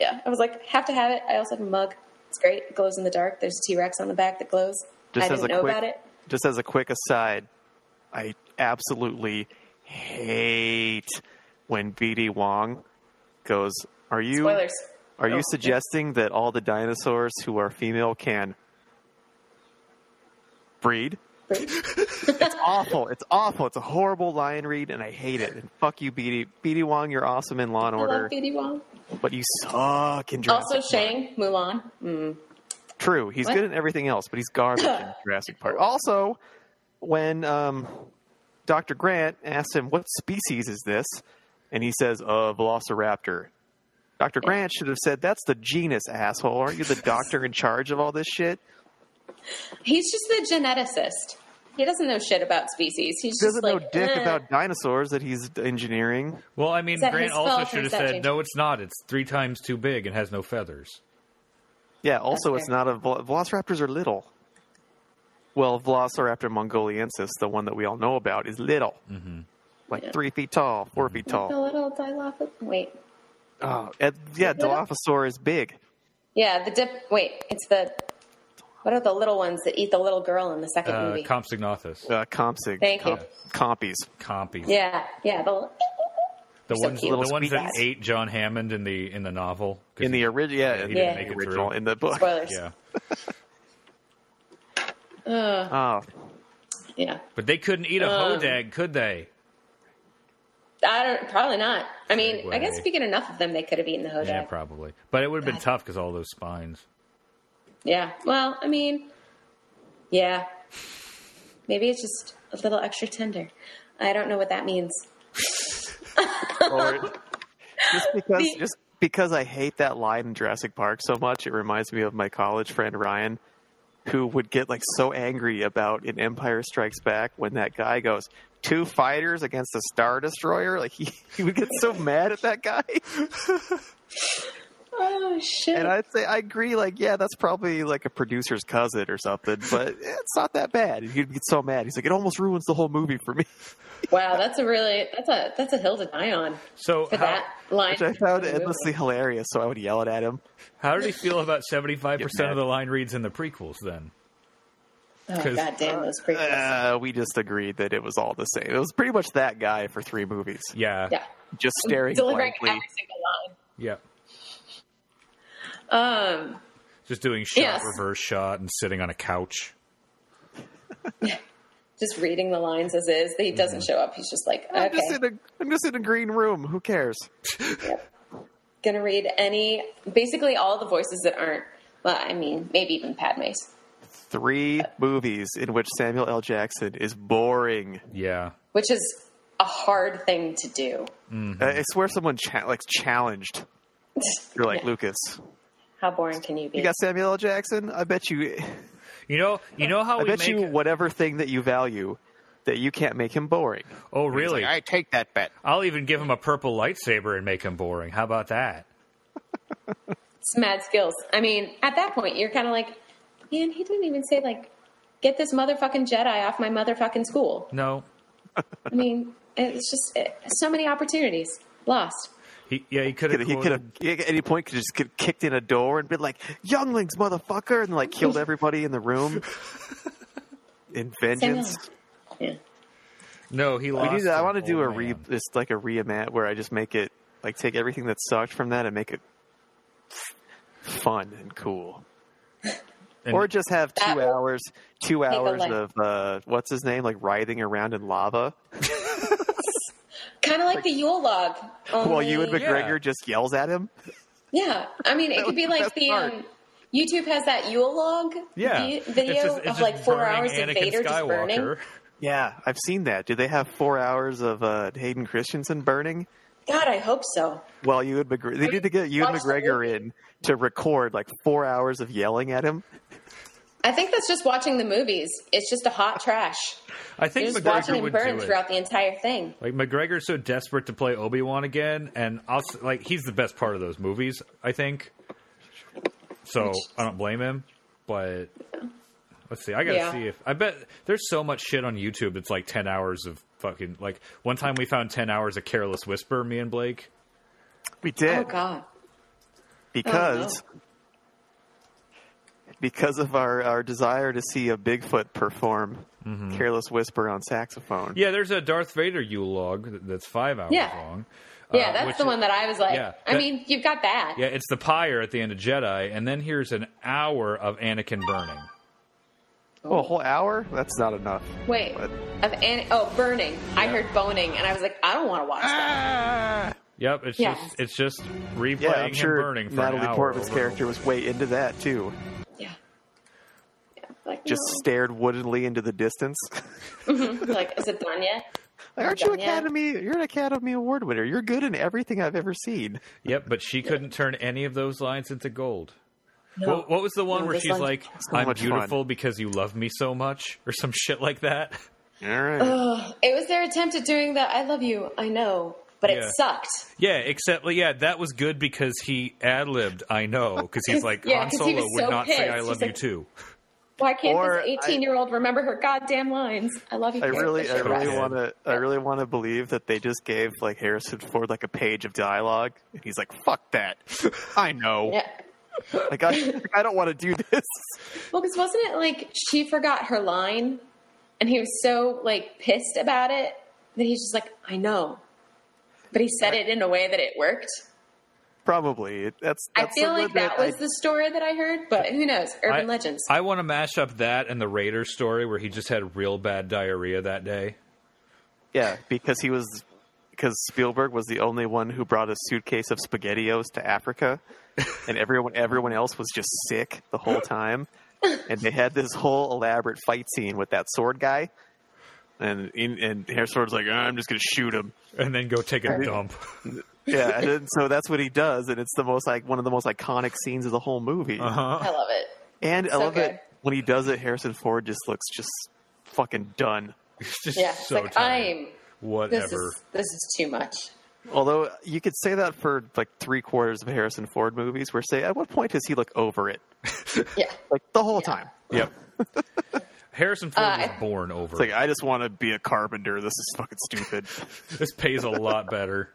[SPEAKER 4] yeah. I was like, have to have it. I also have a mug. It's great. It glows in the dark. There's a T Rex on the back that glows. I didn't know
[SPEAKER 3] quick,
[SPEAKER 4] about it.
[SPEAKER 3] Just as a quick aside, I absolutely hate when BD Wong goes, "Are you
[SPEAKER 4] Spoilers.
[SPEAKER 3] are
[SPEAKER 4] Oh.
[SPEAKER 3] you suggesting that all the dinosaurs who are female can breed?" it's awful. It's awful. It's a horrible line read, and I hate it. And fuck you, BD. BD Wong, you're awesome in Law and
[SPEAKER 4] I
[SPEAKER 3] Order,
[SPEAKER 4] love BD Wong.
[SPEAKER 3] but you suck in Jurassic.
[SPEAKER 4] Also, Shang Mulan. Mm.
[SPEAKER 3] True, he's
[SPEAKER 4] What?
[SPEAKER 3] good in everything else, but he's garbage in Jurassic Park. Also, when um, Dr. Grant asks him, What species is this? and he says, uh, Velociraptor. Dr. Grant should have said, That's the genus, asshole. Aren't you the doctor in charge of all this shit?
[SPEAKER 4] He's just the geneticist. He doesn't know shit about species. He's
[SPEAKER 3] He doesn't
[SPEAKER 4] just like,
[SPEAKER 3] know dick
[SPEAKER 4] eh.
[SPEAKER 3] about dinosaurs that he's engineering.
[SPEAKER 2] Well, I mean,
[SPEAKER 4] that
[SPEAKER 2] Grant
[SPEAKER 4] his
[SPEAKER 2] also
[SPEAKER 4] fault or
[SPEAKER 2] should have
[SPEAKER 4] is that
[SPEAKER 2] said,
[SPEAKER 4] James-
[SPEAKER 2] "No, it's not. It's three times too big and has no feathers."
[SPEAKER 3] Yeah, also,
[SPEAKER 4] That's
[SPEAKER 3] it's not a. Vel- Velociraptors are little. Well, Velociraptor mongoliensis, the one that we all know about, is little. Mm-hmm. Like
[SPEAKER 4] Yeah.
[SPEAKER 3] three feet tall, 4 feet tall.
[SPEAKER 4] the little dilophosaurus. Wait,
[SPEAKER 3] Oh, uh, yeah,
[SPEAKER 4] Little-
[SPEAKER 3] Dilophosaur is big.
[SPEAKER 4] yeah, the dip. Wait, it's the. What are the little ones that eat the little girl in the second
[SPEAKER 2] Uh,
[SPEAKER 4] movie?
[SPEAKER 2] Compsognathus,
[SPEAKER 3] Uh, Compsig.
[SPEAKER 4] Thank you.
[SPEAKER 3] Compies.
[SPEAKER 2] Compies.
[SPEAKER 4] yeah, yeah, the little-
[SPEAKER 2] the
[SPEAKER 4] so
[SPEAKER 2] ones,
[SPEAKER 4] cute.
[SPEAKER 2] the
[SPEAKER 4] Little
[SPEAKER 2] ones that
[SPEAKER 4] squeakies.
[SPEAKER 2] ate John Hammond in the in the novel. 'Cause
[SPEAKER 3] In
[SPEAKER 2] he-
[SPEAKER 3] the original, yeah, in
[SPEAKER 2] he
[SPEAKER 3] the
[SPEAKER 4] didn't make
[SPEAKER 2] it
[SPEAKER 3] original,
[SPEAKER 2] through.
[SPEAKER 3] in the book.
[SPEAKER 4] spoilers.
[SPEAKER 2] yeah,
[SPEAKER 3] Oh,
[SPEAKER 4] yeah.
[SPEAKER 2] but they couldn't eat a
[SPEAKER 4] Um,
[SPEAKER 2] hodag, could they?
[SPEAKER 4] I don't. Probably not. I mean, I guess
[SPEAKER 2] Segway.
[SPEAKER 4] if you get enough of them, they could have eaten the hodag.
[SPEAKER 2] Yeah, probably. But it would have been
[SPEAKER 4] God.
[SPEAKER 2] tough because all those spines.
[SPEAKER 4] Yeah. Well, I mean, yeah. Maybe it's just a little extra tender. I don't know what that means.
[SPEAKER 3] Or- just because
[SPEAKER 4] The-
[SPEAKER 3] just because I hate that line in Jurassic Park so much, it reminds me of my college friend Ryan, who would get like so angry about in Empire Strikes Back when that guy goes two fighters against a star destroyer. Like he, he would get so mad at that guy.
[SPEAKER 4] Oh shit.
[SPEAKER 3] And I'd say I agree. Like, yeah, that's probably like a producer's cousin or something, but it's not that bad. And He'd get so mad. He's like, it almost ruins the whole movie for me,
[SPEAKER 4] wow, that's a really that's a that's a hill to die on
[SPEAKER 2] So
[SPEAKER 4] for
[SPEAKER 2] how,
[SPEAKER 4] that line.
[SPEAKER 3] which I found endlessly hilarious. So I would yell it at him.
[SPEAKER 2] how did he feel about seventy five percent
[SPEAKER 3] Get
[SPEAKER 2] of
[SPEAKER 3] mad.
[SPEAKER 2] the line reads in the prequels? Then
[SPEAKER 4] Oh
[SPEAKER 2] 'cause-
[SPEAKER 4] god damn those prequels.
[SPEAKER 3] Uh, we just agreed that it was all the same. It was pretty much that guy for three movies,
[SPEAKER 2] yeah,
[SPEAKER 4] yeah.
[SPEAKER 3] just staring
[SPEAKER 4] Delivering
[SPEAKER 3] blankly.
[SPEAKER 4] every single
[SPEAKER 2] yeah.
[SPEAKER 4] line. Um
[SPEAKER 2] just doing shot
[SPEAKER 4] Yes.
[SPEAKER 2] reverse shot and sitting on a couch.
[SPEAKER 4] just reading the lines as is. He doesn't
[SPEAKER 2] Mm-hmm.
[SPEAKER 4] show up. He's just like,
[SPEAKER 3] I'm
[SPEAKER 4] okay.
[SPEAKER 3] just in a I'm just in a green room. Who cares?
[SPEAKER 4] gonna read any basically all the voices that aren't well, I mean, maybe even Padme's.
[SPEAKER 3] Three
[SPEAKER 4] Uh,
[SPEAKER 3] movies in which Samuel L. Jackson is boring.
[SPEAKER 2] Yeah,
[SPEAKER 4] Which is a hard thing to do.
[SPEAKER 3] I I swear, someone cha- like challenged. You're like
[SPEAKER 4] Yeah.
[SPEAKER 3] Lucas.
[SPEAKER 4] How boring can you be?
[SPEAKER 3] You got Samuel L. Jackson? I bet you.
[SPEAKER 2] you know, you know how
[SPEAKER 3] I
[SPEAKER 2] we
[SPEAKER 3] bet
[SPEAKER 2] make.
[SPEAKER 3] you whatever thing that you value that you can't make him boring.
[SPEAKER 2] oh, really?
[SPEAKER 3] I take that bet.
[SPEAKER 2] I'll even give him a purple lightsaber and make him boring. How about that?
[SPEAKER 4] It's mad skills. I mean, at that point, you're kind of like, man, he didn't even say like Get this motherfucking Jedi off my motherfucking school.
[SPEAKER 2] No,
[SPEAKER 4] I mean, it's just it, so many opportunities lost.
[SPEAKER 2] he yeah he could have.
[SPEAKER 3] Could, he could have at any point could just get kicked in a door and been like, "Younglings, motherfucker!" and like killed everybody in the room. in vengeance.
[SPEAKER 4] Yeah.
[SPEAKER 2] No, he
[SPEAKER 3] We
[SPEAKER 2] lost.
[SPEAKER 3] need to- I
[SPEAKER 2] an
[SPEAKER 3] want to do a
[SPEAKER 2] old
[SPEAKER 3] re,
[SPEAKER 2] Oh, man.
[SPEAKER 3] just like a reimmat where I just make it like take everything that sucked from that and make it f- fun and cool,
[SPEAKER 2] And-
[SPEAKER 3] or just have two
[SPEAKER 4] That-
[SPEAKER 3] hours, two
[SPEAKER 4] a
[SPEAKER 3] hours
[SPEAKER 4] link.
[SPEAKER 3] of uh, what's his name, like writhing around in lava
[SPEAKER 4] Kind of like, the Yule log. Only,
[SPEAKER 3] while you and
[SPEAKER 2] Oh, Yeah.
[SPEAKER 3] McGregor just yells at him.
[SPEAKER 4] Yeah, I mean, it could be like
[SPEAKER 3] best
[SPEAKER 4] the
[SPEAKER 3] part.
[SPEAKER 4] um, YouTube has that Yule log
[SPEAKER 2] Yeah,
[SPEAKER 4] vi-
[SPEAKER 2] It's
[SPEAKER 4] video
[SPEAKER 2] just- it's
[SPEAKER 4] of
[SPEAKER 2] just
[SPEAKER 4] like four
[SPEAKER 2] burning
[SPEAKER 4] hours of
[SPEAKER 2] Anakin
[SPEAKER 4] Vader just burning.
[SPEAKER 2] Skywalker.
[SPEAKER 3] Yeah, I've seen that. Do they have four hours of uh, Hayden Christensen burning?
[SPEAKER 4] God, I hope so.
[SPEAKER 3] While you and McGregor, they need to get you and
[SPEAKER 4] Watch the
[SPEAKER 3] McGregor
[SPEAKER 4] movie.
[SPEAKER 3] in to record like four hours of yelling at him.
[SPEAKER 4] I think that's just watching the movies. It's just a hot trash.
[SPEAKER 2] I
[SPEAKER 4] You're
[SPEAKER 2] think
[SPEAKER 4] just watching
[SPEAKER 2] McGregor
[SPEAKER 4] him
[SPEAKER 2] would do
[SPEAKER 4] burn
[SPEAKER 2] it.
[SPEAKER 4] throughout the entire thing.
[SPEAKER 2] Like McGregor's so desperate to play Obi Wan again, and I'll s- like he's the best part of those movies, I think. So I don't blame him, but let's see. I gotta
[SPEAKER 4] Yeah.
[SPEAKER 2] see if I bet there's so much shit on YouTube that's like ten hours of fucking like. One time we found ten hours of Careless Whisper, me and Blake.
[SPEAKER 3] We did.
[SPEAKER 4] Oh God.
[SPEAKER 3] because because of our, our desire to see a Bigfoot perform "Careless Whisper" on saxophone.
[SPEAKER 2] Mm-hmm. Yeah, there's a Darth Vader U log that's five hours
[SPEAKER 4] Yeah.
[SPEAKER 2] long.
[SPEAKER 4] Yeah,
[SPEAKER 2] uh, which
[SPEAKER 4] that's the
[SPEAKER 2] is-
[SPEAKER 4] one that I was like.
[SPEAKER 2] yeah,
[SPEAKER 4] I
[SPEAKER 2] that-
[SPEAKER 4] mean, you've got that.
[SPEAKER 2] Yeah, it's the pyre at the end of Jedi, and then here's an hour of Anakin burning.
[SPEAKER 3] Oh, a whole hour? That's not enough.
[SPEAKER 4] Wait,
[SPEAKER 3] What?
[SPEAKER 4] of an- oh burning. I heard boning, and I was like, I don't want to watch that.
[SPEAKER 2] Yep, it's
[SPEAKER 4] Yeah.
[SPEAKER 2] just it's just replaying
[SPEAKER 3] Yeah, I'm
[SPEAKER 2] him
[SPEAKER 3] sure
[SPEAKER 2] burning for an
[SPEAKER 3] Natalie
[SPEAKER 2] hour
[SPEAKER 3] Portman's
[SPEAKER 2] over and
[SPEAKER 3] character
[SPEAKER 2] over.
[SPEAKER 3] was way into that too.
[SPEAKER 2] Ah!
[SPEAKER 4] Yeah. Yeah. Like,
[SPEAKER 3] Just
[SPEAKER 4] no.
[SPEAKER 3] stared woodenly into the distance.
[SPEAKER 4] like, is it done yet?
[SPEAKER 3] like, aren't you
[SPEAKER 4] done yet?
[SPEAKER 3] Academy? You're an Academy Award winner. You're good in everything I've ever seen.
[SPEAKER 2] Yep, but she couldn't turn any of those lines into gold.
[SPEAKER 4] No.
[SPEAKER 2] What, what was the one
[SPEAKER 4] No,
[SPEAKER 2] where
[SPEAKER 4] this
[SPEAKER 2] she's
[SPEAKER 4] one's
[SPEAKER 2] like,
[SPEAKER 3] so
[SPEAKER 2] "I'm
[SPEAKER 3] much fun."
[SPEAKER 2] beautiful because you love me so much," or some shit like that?
[SPEAKER 3] All right.
[SPEAKER 4] Ugh, it was their attempt at doing the "I love you, I know," but
[SPEAKER 2] Yeah.
[SPEAKER 4] it sucked.
[SPEAKER 2] Yeah, except well, yeah, that was good because he ad libbed. I know because he's like
[SPEAKER 4] Yeah,
[SPEAKER 2] Han
[SPEAKER 4] 'cause he
[SPEAKER 2] Solo
[SPEAKER 4] was
[SPEAKER 2] would
[SPEAKER 4] so
[SPEAKER 2] not say
[SPEAKER 4] pissed.
[SPEAKER 2] "I
[SPEAKER 4] He's
[SPEAKER 2] love you
[SPEAKER 4] like-
[SPEAKER 2] too."
[SPEAKER 4] Why can't
[SPEAKER 3] Or I-
[SPEAKER 4] this eighteen-year-old remember her goddamn lines? I love you.
[SPEAKER 3] I
[SPEAKER 4] Kate.
[SPEAKER 3] really, I
[SPEAKER 4] Shit
[SPEAKER 3] really
[SPEAKER 4] rocks.
[SPEAKER 3] want to, I really want to believe that they just gave like Harrison Ford like a page of dialogue, and he's like, "Fuck that, I know."
[SPEAKER 4] Yeah.
[SPEAKER 3] Like I, I don't want to do this.
[SPEAKER 4] Well, because wasn't it like she forgot her line, and he was so like pissed about it that he's just like, I know, but he said it in a way that it worked.
[SPEAKER 3] Probably it- that's. that's
[SPEAKER 4] I feel
[SPEAKER 3] the
[SPEAKER 4] like
[SPEAKER 3] limit.
[SPEAKER 4] that was
[SPEAKER 3] I-
[SPEAKER 4] the story that I heard, but who knows? Urban
[SPEAKER 2] I-
[SPEAKER 4] legends.
[SPEAKER 2] I want to mash up that and the Raider story where he just had real bad diarrhea that day.
[SPEAKER 3] yeah because he was because Spielberg was the only one who brought a suitcase of spaghettios to Africa, and everyone everyone else was just sick the whole time, and they had this whole elaborate fight scene with that sword guy. And in, and Harrison Ford's like, I'm just gonna shoot him.
[SPEAKER 2] and then go take a dump.
[SPEAKER 3] Yeah, and then, so that's what he does, and it's the most like one of the most iconic scenes of the whole movie.
[SPEAKER 2] Uh-huh.
[SPEAKER 4] I love it.
[SPEAKER 3] And I
[SPEAKER 4] So
[SPEAKER 3] love it
[SPEAKER 4] good.
[SPEAKER 3] when he does it. Harrison Ford just looks just fucking done.
[SPEAKER 2] It's just
[SPEAKER 4] Yeah, it's
[SPEAKER 2] so
[SPEAKER 4] like
[SPEAKER 2] tired.
[SPEAKER 4] I'm. This
[SPEAKER 2] Whatever.
[SPEAKER 4] is this is too much.
[SPEAKER 3] Although you could say that for like three quarters of Harrison Ford movies, where say at what point does he look over it?
[SPEAKER 4] Yeah.
[SPEAKER 3] Like the whole time.
[SPEAKER 2] Yep. Harrison Ford
[SPEAKER 4] Uh,
[SPEAKER 2] was
[SPEAKER 4] I-
[SPEAKER 2] born over.
[SPEAKER 3] It's like I just want to be a carpenter. This is fucking stupid.
[SPEAKER 2] this pays a lot better.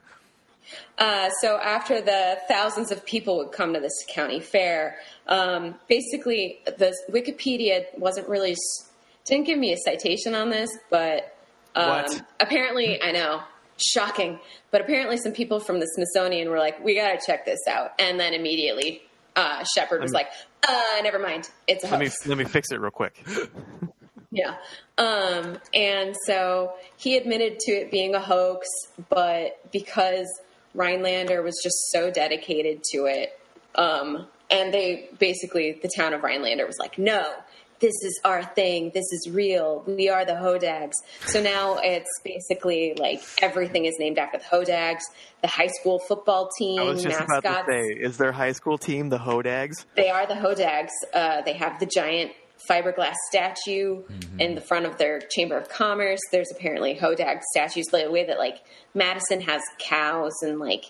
[SPEAKER 4] Uh, so after the thousands of people would come to this county fair, um, basically the Wikipedia wasn't really s- didn't give me a citation on this, but um,
[SPEAKER 3] What?
[SPEAKER 4] apparently I know shocking, but apparently some people from the Smithsonian were like, "We got to check this out," and then immediately uh, Shepard was like, "Uh, never mind, it's a
[SPEAKER 3] let me
[SPEAKER 4] hoax."
[SPEAKER 3] let me fix it real quick.
[SPEAKER 4] Yeah. Um, and so he admitted to it being a hoax, but because Rhinelander was just so dedicated to it, um, and they basically, the town of Rhinelander was like, no, this is our thing. This is real. We are the Hodags. So now it's basically like everything is named after the Hodags, the high school football team,
[SPEAKER 3] I was just
[SPEAKER 4] mascots.
[SPEAKER 3] about to say, is their high school team the Hodags?
[SPEAKER 4] They are the Hodags. Uh, they have the giant fiberglass statue
[SPEAKER 3] Mm-hmm.
[SPEAKER 4] in the front of their chamber of commerce. There's apparently Hodag statues the way that like Madison has cows and like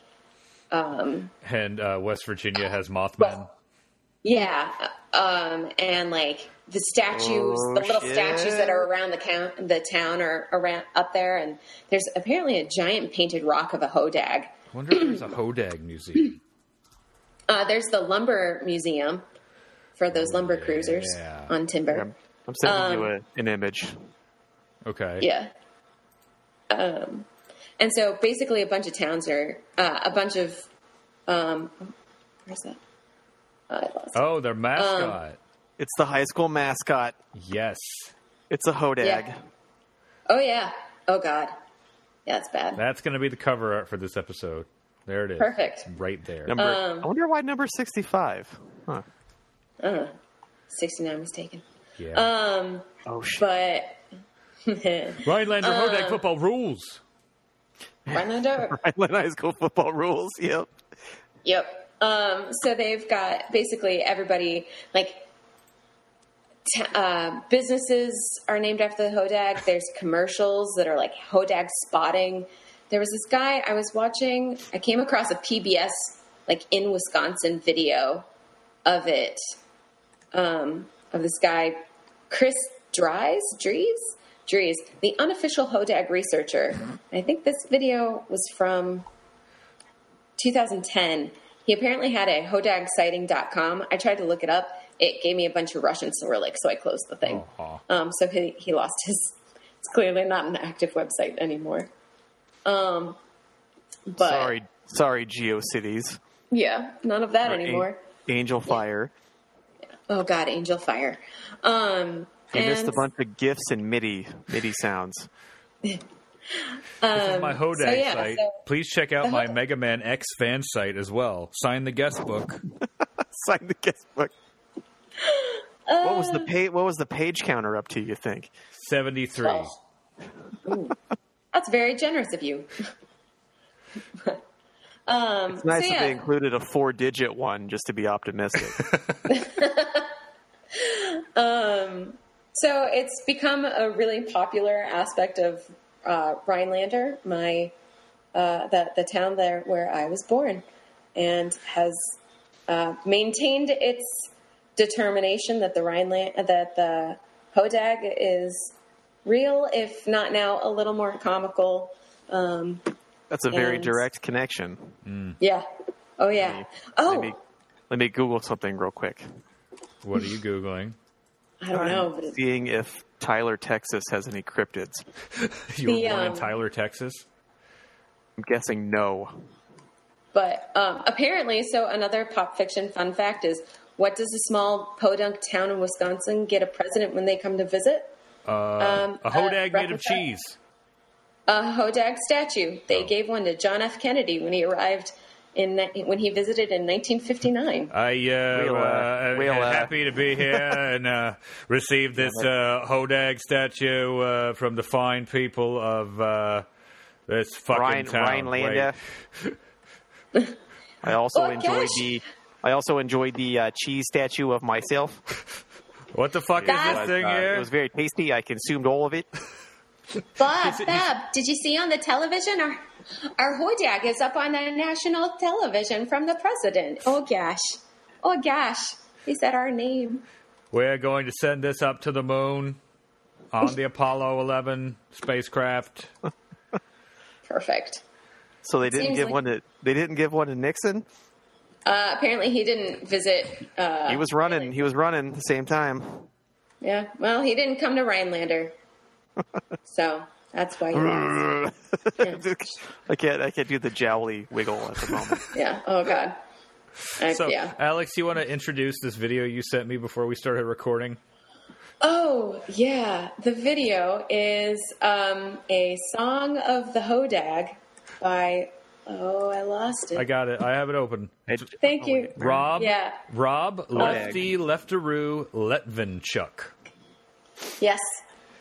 [SPEAKER 2] And uh, West Virginia has Mothman.
[SPEAKER 4] yeah, um, and like the statues,
[SPEAKER 3] Oh,
[SPEAKER 4] the little
[SPEAKER 3] shit.
[SPEAKER 4] statues that are around the, count, the town are around up there, and there's apparently a giant painted rock of a hodag.
[SPEAKER 2] wonder if there's a Hodag museum.
[SPEAKER 4] Uh, there's the lumber museum for those lumber cruisers
[SPEAKER 2] yeah.
[SPEAKER 4] on timber.
[SPEAKER 3] I'm, I'm sending you
[SPEAKER 4] Um,
[SPEAKER 3] a, an image.
[SPEAKER 2] Okay.
[SPEAKER 4] Yeah. Um, and so basically, a bunch of towns are uh, a bunch of. Um, where's that? Uh, I lost. it.
[SPEAKER 2] Oh, their
[SPEAKER 4] Um,
[SPEAKER 2] mascot.
[SPEAKER 3] It's the high school mascot.
[SPEAKER 2] yes.
[SPEAKER 3] It's a hodag.
[SPEAKER 4] Yeah. Oh yeah. Oh god. Yeah, it's bad.
[SPEAKER 2] That's going to be the cover art for this episode. There it is.
[SPEAKER 4] Perfect. Uh,
[SPEAKER 2] Right there.
[SPEAKER 3] Number.
[SPEAKER 4] Um,
[SPEAKER 3] I wonder why number sixty-five. Huh.
[SPEAKER 4] Sixty nine was taken.
[SPEAKER 2] yeah.
[SPEAKER 4] Um,
[SPEAKER 3] Oh shit!
[SPEAKER 4] but
[SPEAKER 2] Rhinelander
[SPEAKER 4] uh,
[SPEAKER 2] Hodag football rules.
[SPEAKER 4] Rhinelander.
[SPEAKER 3] Island high school football rules. Yep.
[SPEAKER 4] Yep. Um, so they've got basically everybody like t- uh, businesses are named after the Hodag. There's commercials that are like Hodag spotting. There was this guy I was watching. I came across a PBS like in Wisconsin video of it um, of this guy Chris Dries Dries Dries, the unofficial Hodag researcher. I think this video was from 2010, he apparently had a hodagsighting.com. I tried to look it up. It gave me a bunch of Russian Cyrillic, so I closed the thing.
[SPEAKER 2] Aw.
[SPEAKER 4] Um, so he, he lost his. It's clearly not an active website anymore. Um, but
[SPEAKER 3] Sorry, sorry, GeoCities.
[SPEAKER 4] yeah, none of that
[SPEAKER 3] Or An-
[SPEAKER 4] anymore.
[SPEAKER 3] Angel Fire.
[SPEAKER 4] Oh God, Angel Fire. Um,
[SPEAKER 3] We missed
[SPEAKER 4] and-
[SPEAKER 3] a bunch of gifs and MIDI MIDI sounds.
[SPEAKER 2] This is my Hodag
[SPEAKER 4] um, so yeah,
[SPEAKER 2] site.
[SPEAKER 4] so-
[SPEAKER 2] Please check out my
[SPEAKER 4] Hodag-
[SPEAKER 2] Mega Man X fan site as well. Sign the guest book.
[SPEAKER 3] Sign the guest book. what was the
[SPEAKER 4] Uh,
[SPEAKER 3] page? What was the page counter up to? You think?
[SPEAKER 2] 73.
[SPEAKER 4] Oh. Ooh. that's very generous of you. um,
[SPEAKER 3] It's nice
[SPEAKER 4] so
[SPEAKER 3] that they
[SPEAKER 4] yeah.
[SPEAKER 3] included a four-digit one just to be optimistic.
[SPEAKER 4] So it's become a really popular aspect of uh, Rhinelander, my uh, the the town there where I was born, and has uh, maintained its determination that the Rhineland that the Hodag is real, if not now a little more comical. Um,
[SPEAKER 3] That's a very
[SPEAKER 4] And-
[SPEAKER 3] direct connection.
[SPEAKER 4] yeah. Oh yeah.
[SPEAKER 3] Let
[SPEAKER 4] Oh,
[SPEAKER 3] me let me Google something real quick.
[SPEAKER 2] What are you Googling?
[SPEAKER 4] I don't know, but it's,
[SPEAKER 3] Seeing if Tyler, Texas, has any cryptids.
[SPEAKER 2] You were
[SPEAKER 4] The,
[SPEAKER 2] born in
[SPEAKER 4] um,
[SPEAKER 2] Tyler, Texas?
[SPEAKER 3] I'm guessing no.
[SPEAKER 4] But um, apparently, so another pop fiction fun fact is what does a small podunk town in Wisconsin get a president when they come to visit? um,
[SPEAKER 2] Uh, A Hodag made
[SPEAKER 4] replica-
[SPEAKER 2] of cheese.
[SPEAKER 4] A Hodag statue. They
[SPEAKER 2] Oh.
[SPEAKER 4] gave one to John F. Kennedy when he arrived in when he visited in 1959.
[SPEAKER 2] I uh,
[SPEAKER 3] We'll, uh,
[SPEAKER 2] uh,
[SPEAKER 3] we'll,
[SPEAKER 2] am
[SPEAKER 3] uh,
[SPEAKER 2] happy to be here and uh, receive this uh, Hodag statue uh, from the fine people of uh, this fucking
[SPEAKER 3] Ryan
[SPEAKER 2] town.
[SPEAKER 3] Ryan Landa.
[SPEAKER 2] Wait.
[SPEAKER 3] I also
[SPEAKER 4] Oh,
[SPEAKER 3] enjoy
[SPEAKER 4] gosh.
[SPEAKER 3] the. I also enjoyed the uh, cheese statue of myself.
[SPEAKER 2] What the fuck is
[SPEAKER 4] That's-
[SPEAKER 2] this thing
[SPEAKER 3] Uh,
[SPEAKER 2] here?
[SPEAKER 3] It was very tasty. I consumed all of it.
[SPEAKER 4] Bob, Bob, did you see on the television? Our, our Hodag is up on the national television from the president. Oh, gosh. Oh, gosh. He said our name.
[SPEAKER 2] We're going to send this up to the moon on the Apollo 11 spacecraft.
[SPEAKER 4] Perfect.
[SPEAKER 3] So they didn't
[SPEAKER 4] Seems
[SPEAKER 3] give
[SPEAKER 4] like-
[SPEAKER 3] one to. They didn't give one to Nixon.
[SPEAKER 4] Uh, apparently, he didn't visit. Uh,
[SPEAKER 3] he was running. He was running at the same time.
[SPEAKER 4] Yeah. Well, he didn't come to Rhinelander. so that's why he lost.
[SPEAKER 3] I can't. I can't do the jowly wiggle at the moment.
[SPEAKER 4] Yeah. Oh, God. I,
[SPEAKER 2] So, uh,
[SPEAKER 4] yeah.
[SPEAKER 2] Alex, you want to introduce this video you sent me before we started recording?
[SPEAKER 4] Oh, yeah. The video is um, a song of the Hodag by. Oh, I lost it.
[SPEAKER 2] I got it. I have it open.
[SPEAKER 3] It-
[SPEAKER 4] Thank you.
[SPEAKER 2] Rob,
[SPEAKER 4] Yeah.
[SPEAKER 2] Rob, Lefty, Leftaroo, Letvinchuk.
[SPEAKER 4] Yes.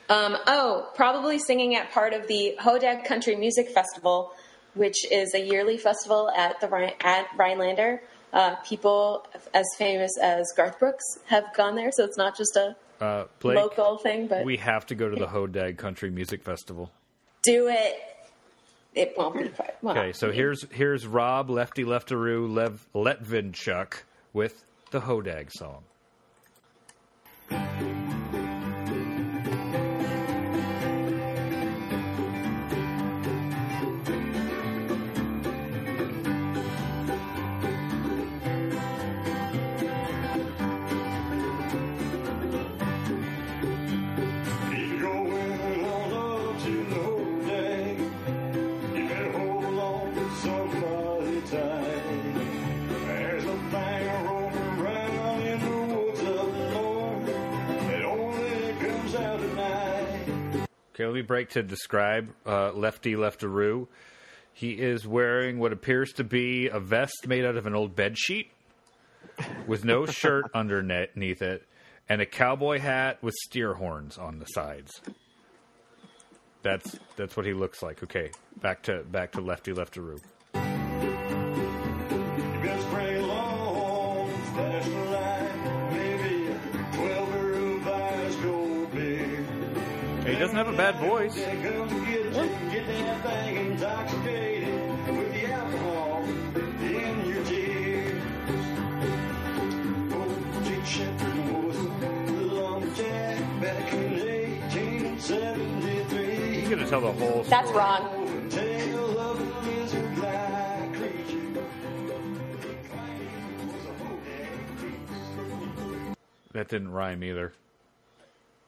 [SPEAKER 4] Um, oh, probably singing at part of the Hodag Country Music Festival, which is a yearly festival at the Rhine- at Rhinelander. Uh, people as famous as Garth Brooks have gone there, so it's not just a
[SPEAKER 2] Uh, Blake,
[SPEAKER 4] local thing, but
[SPEAKER 2] we have to go to the Hodag Country Music Festival.
[SPEAKER 4] do it. It won't be quite. Well,
[SPEAKER 2] Okay, so here's here's Rob, Lefty, Leftaroo, Lev, Letvinchuk with the Hodag song.
[SPEAKER 5] Thank
[SPEAKER 2] Okay, let me break to describe uh, Lefty Leftaroo. He is wearing what appears to be a vest made out of an old bed sheet with no shirt underneath it and a cowboy hat with steer horns on the sides. That's that's what he looks like. Okay, back to back to Lefty Leftaroo.
[SPEAKER 5] Been pretty long, flashing light, maybe a 12 or a vice go big.
[SPEAKER 2] He doesn't have a bad voice.
[SPEAKER 5] That girl to get you, get that thing intoxicated with the alcohol in your tears. Old Dick Shepard was a long jack back in 1873.
[SPEAKER 2] He's gonna tell the whole.
[SPEAKER 4] That's
[SPEAKER 2] story.
[SPEAKER 4] wrong.
[SPEAKER 5] Tale of a lizard-like creature.
[SPEAKER 2] That didn't rhyme either.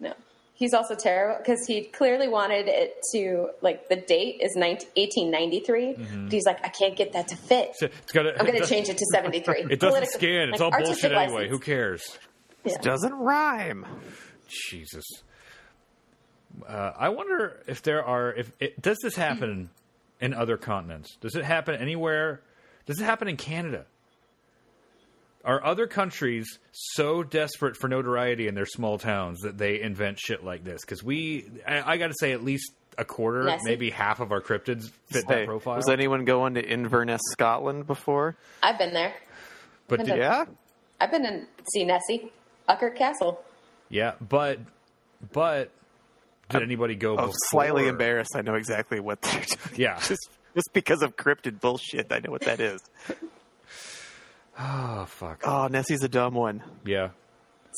[SPEAKER 4] No. He's also terrible because he clearly wanted it to, like, the date is 19, 1893. But he's like, I can't get that to fit.
[SPEAKER 2] Mm-hmm. So It's got.
[SPEAKER 4] I'm going to change it to 73.
[SPEAKER 2] It doesn't
[SPEAKER 4] Political-
[SPEAKER 2] scan. It's
[SPEAKER 4] like,
[SPEAKER 2] all
[SPEAKER 4] artistic
[SPEAKER 2] bullshit anyway.
[SPEAKER 4] license.
[SPEAKER 2] Who cares?
[SPEAKER 4] Yeah.
[SPEAKER 3] Doesn't rhyme.
[SPEAKER 2] Jesus. Uh, I wonder if there are if it, does this happen in other continents? Does it happen anywhere? Does it happen in Canada? Are other countries so desperate for notoriety in their small towns that they invent shit like this? Because we, I, I got to say, at least a quarter,
[SPEAKER 4] Messy.
[SPEAKER 2] maybe half of our cryptids fit
[SPEAKER 3] Hey,
[SPEAKER 2] that profile.
[SPEAKER 3] was anyone going to Inverness, Scotland before?
[SPEAKER 4] I've been there.
[SPEAKER 2] but did-
[SPEAKER 3] Yeah.
[SPEAKER 4] I've been in see Nessie, Ucker Castle.
[SPEAKER 2] yeah, but but did anybody go?
[SPEAKER 3] I'm slightly
[SPEAKER 2] before?
[SPEAKER 3] embarrassed. I know exactly what they're doing.
[SPEAKER 2] Oh, Yeah.
[SPEAKER 3] just, just because of cryptid bullshit, I know what that is.
[SPEAKER 2] Oh fuck.
[SPEAKER 3] Oh, Nessie's a dumb one.
[SPEAKER 2] Yeah.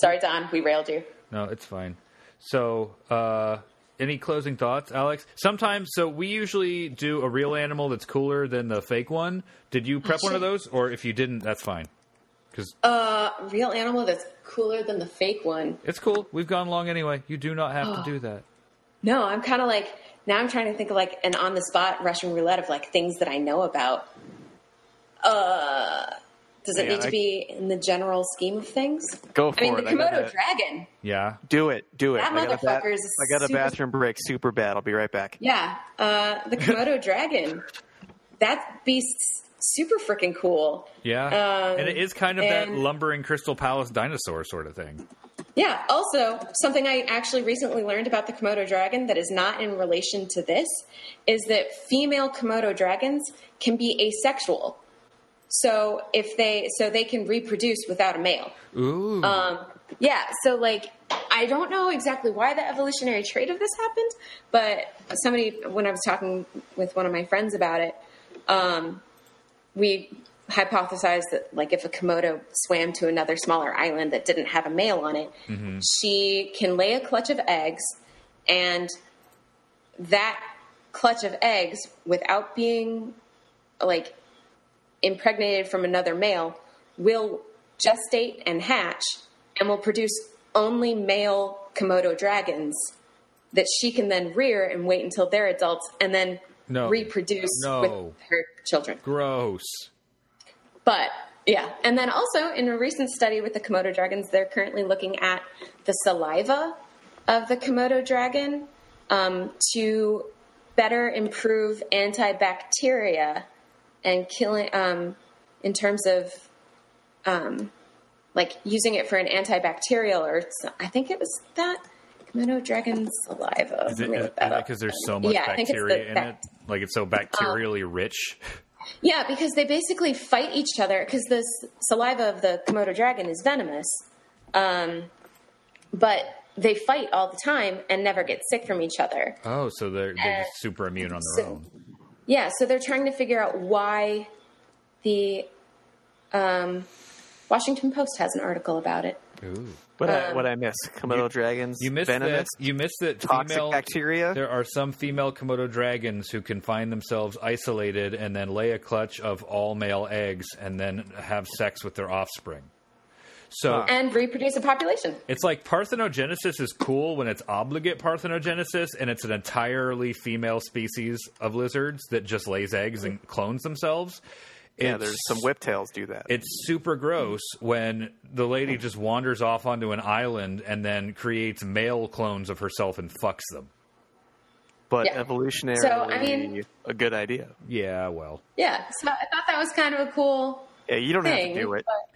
[SPEAKER 4] Sorry, Don, we railed you.
[SPEAKER 2] No, it's fine. So, uh, any closing thoughts, Alex? Sometimes, so we usually do a real animal that's cooler than the fake one. Did you prep one of those, or if you didn't, that's fine because
[SPEAKER 4] Uh, real animal that's cooler than the fake one.
[SPEAKER 2] it's cool. We've gone long anyway. You do not have to do that.
[SPEAKER 4] No, I'm kind of like now. I'm trying to think of like an on the spot Russian roulette of like things that I know about. Uh, does it
[SPEAKER 3] Yeah,
[SPEAKER 4] need to
[SPEAKER 3] I-
[SPEAKER 4] be in the general scheme of things?
[SPEAKER 3] Go
[SPEAKER 4] I mean,
[SPEAKER 3] for
[SPEAKER 4] the
[SPEAKER 3] it. I got
[SPEAKER 4] Komodo
[SPEAKER 3] it.
[SPEAKER 4] dragon.
[SPEAKER 2] Yeah,
[SPEAKER 3] Do it. Do it.
[SPEAKER 4] That
[SPEAKER 3] I got a ba-
[SPEAKER 4] motherfucker is
[SPEAKER 3] I got a
[SPEAKER 4] super-
[SPEAKER 3] bathroom break. Super bad. I'll be right back.
[SPEAKER 4] Yeah, uh, the Komodo dragon. That beast's super freaking cool.
[SPEAKER 2] yeah,
[SPEAKER 4] Um,
[SPEAKER 2] and it is kind of that
[SPEAKER 4] and-
[SPEAKER 2] lumbering Crystal Palace dinosaur sort of thing.
[SPEAKER 4] Yeah. Also, something I actually recently learned about the Komodo dragon that is not in relation to this is that female Komodo dragons can be asexual. So if they so they can reproduce without a male.
[SPEAKER 2] Ooh,
[SPEAKER 4] Um, yeah. So like, I don't know exactly why the evolutionary trait of this happened, but somebody when I was talking with one of my friends about it, um, we hypothesized that like if a komodo swam to another smaller island that didn't have a male on it,
[SPEAKER 2] Mm-hmm.
[SPEAKER 4] she can lay a clutch of eggs, and that clutch of eggs without being like impregnated from another male will gestate and hatch and will produce only male Komodo dragons that she can then rear and wait until they're adults and then
[SPEAKER 2] No.
[SPEAKER 4] reproduce
[SPEAKER 2] No.
[SPEAKER 4] with her children.
[SPEAKER 2] gross.
[SPEAKER 4] But yeah, and then also in a recent study with the Komodo dragons, they're currently looking at the saliva of the Komodo dragon um, to better improve antibacteria and killing um, in terms of um, like using it for an antibacterial or s- I think it was that Komodo dragon saliva.
[SPEAKER 2] Is
[SPEAKER 4] Let
[SPEAKER 2] it
[SPEAKER 4] me
[SPEAKER 2] is
[SPEAKER 4] look that up.
[SPEAKER 2] because there's so much
[SPEAKER 4] Yeah, I think it's the Um,
[SPEAKER 2] bacteria in
[SPEAKER 4] bac-
[SPEAKER 2] it? Like it's so bacterially rich.
[SPEAKER 4] Yeah, because they basically fight each other because the s- saliva of the Komodo dragon is venomous, um, but they fight all the time and never get sick from each other.
[SPEAKER 2] Oh, so they're they're just super immune on their
[SPEAKER 4] uh, so-
[SPEAKER 2] own.
[SPEAKER 4] Yeah, so they're trying to figure out why the um, Washington Post has an article about it.
[SPEAKER 2] Ooh.
[SPEAKER 3] What I
[SPEAKER 4] Um,
[SPEAKER 3] what I miss? Komodo dragons.
[SPEAKER 2] You missed
[SPEAKER 3] venomous.
[SPEAKER 2] that. You missed that.
[SPEAKER 3] toxic
[SPEAKER 2] female,
[SPEAKER 3] bacteria.
[SPEAKER 2] There are some female Komodo dragons who can find themselves isolated and then lay a clutch of all male eggs and then have sex with their offspring. So
[SPEAKER 4] And reproduce a population.
[SPEAKER 2] it's like parthenogenesis is cool when it's obligate parthenogenesis and it's an entirely female species of lizards that just lays eggs and clones themselves.
[SPEAKER 3] yeah,
[SPEAKER 2] It's-
[SPEAKER 3] there's some whiptails do that.
[SPEAKER 2] it's super gross when the lady just wanders off onto an island and then creates male clones of herself and fucks them.
[SPEAKER 3] but
[SPEAKER 4] Yeah.
[SPEAKER 3] evolutionary,
[SPEAKER 4] So, I mean-
[SPEAKER 3] a good idea.
[SPEAKER 2] Yeah, well,
[SPEAKER 4] Yeah, so I thought that was kind of a cool
[SPEAKER 3] Yeah, you don't
[SPEAKER 4] thing.
[SPEAKER 3] have to do it.
[SPEAKER 4] but-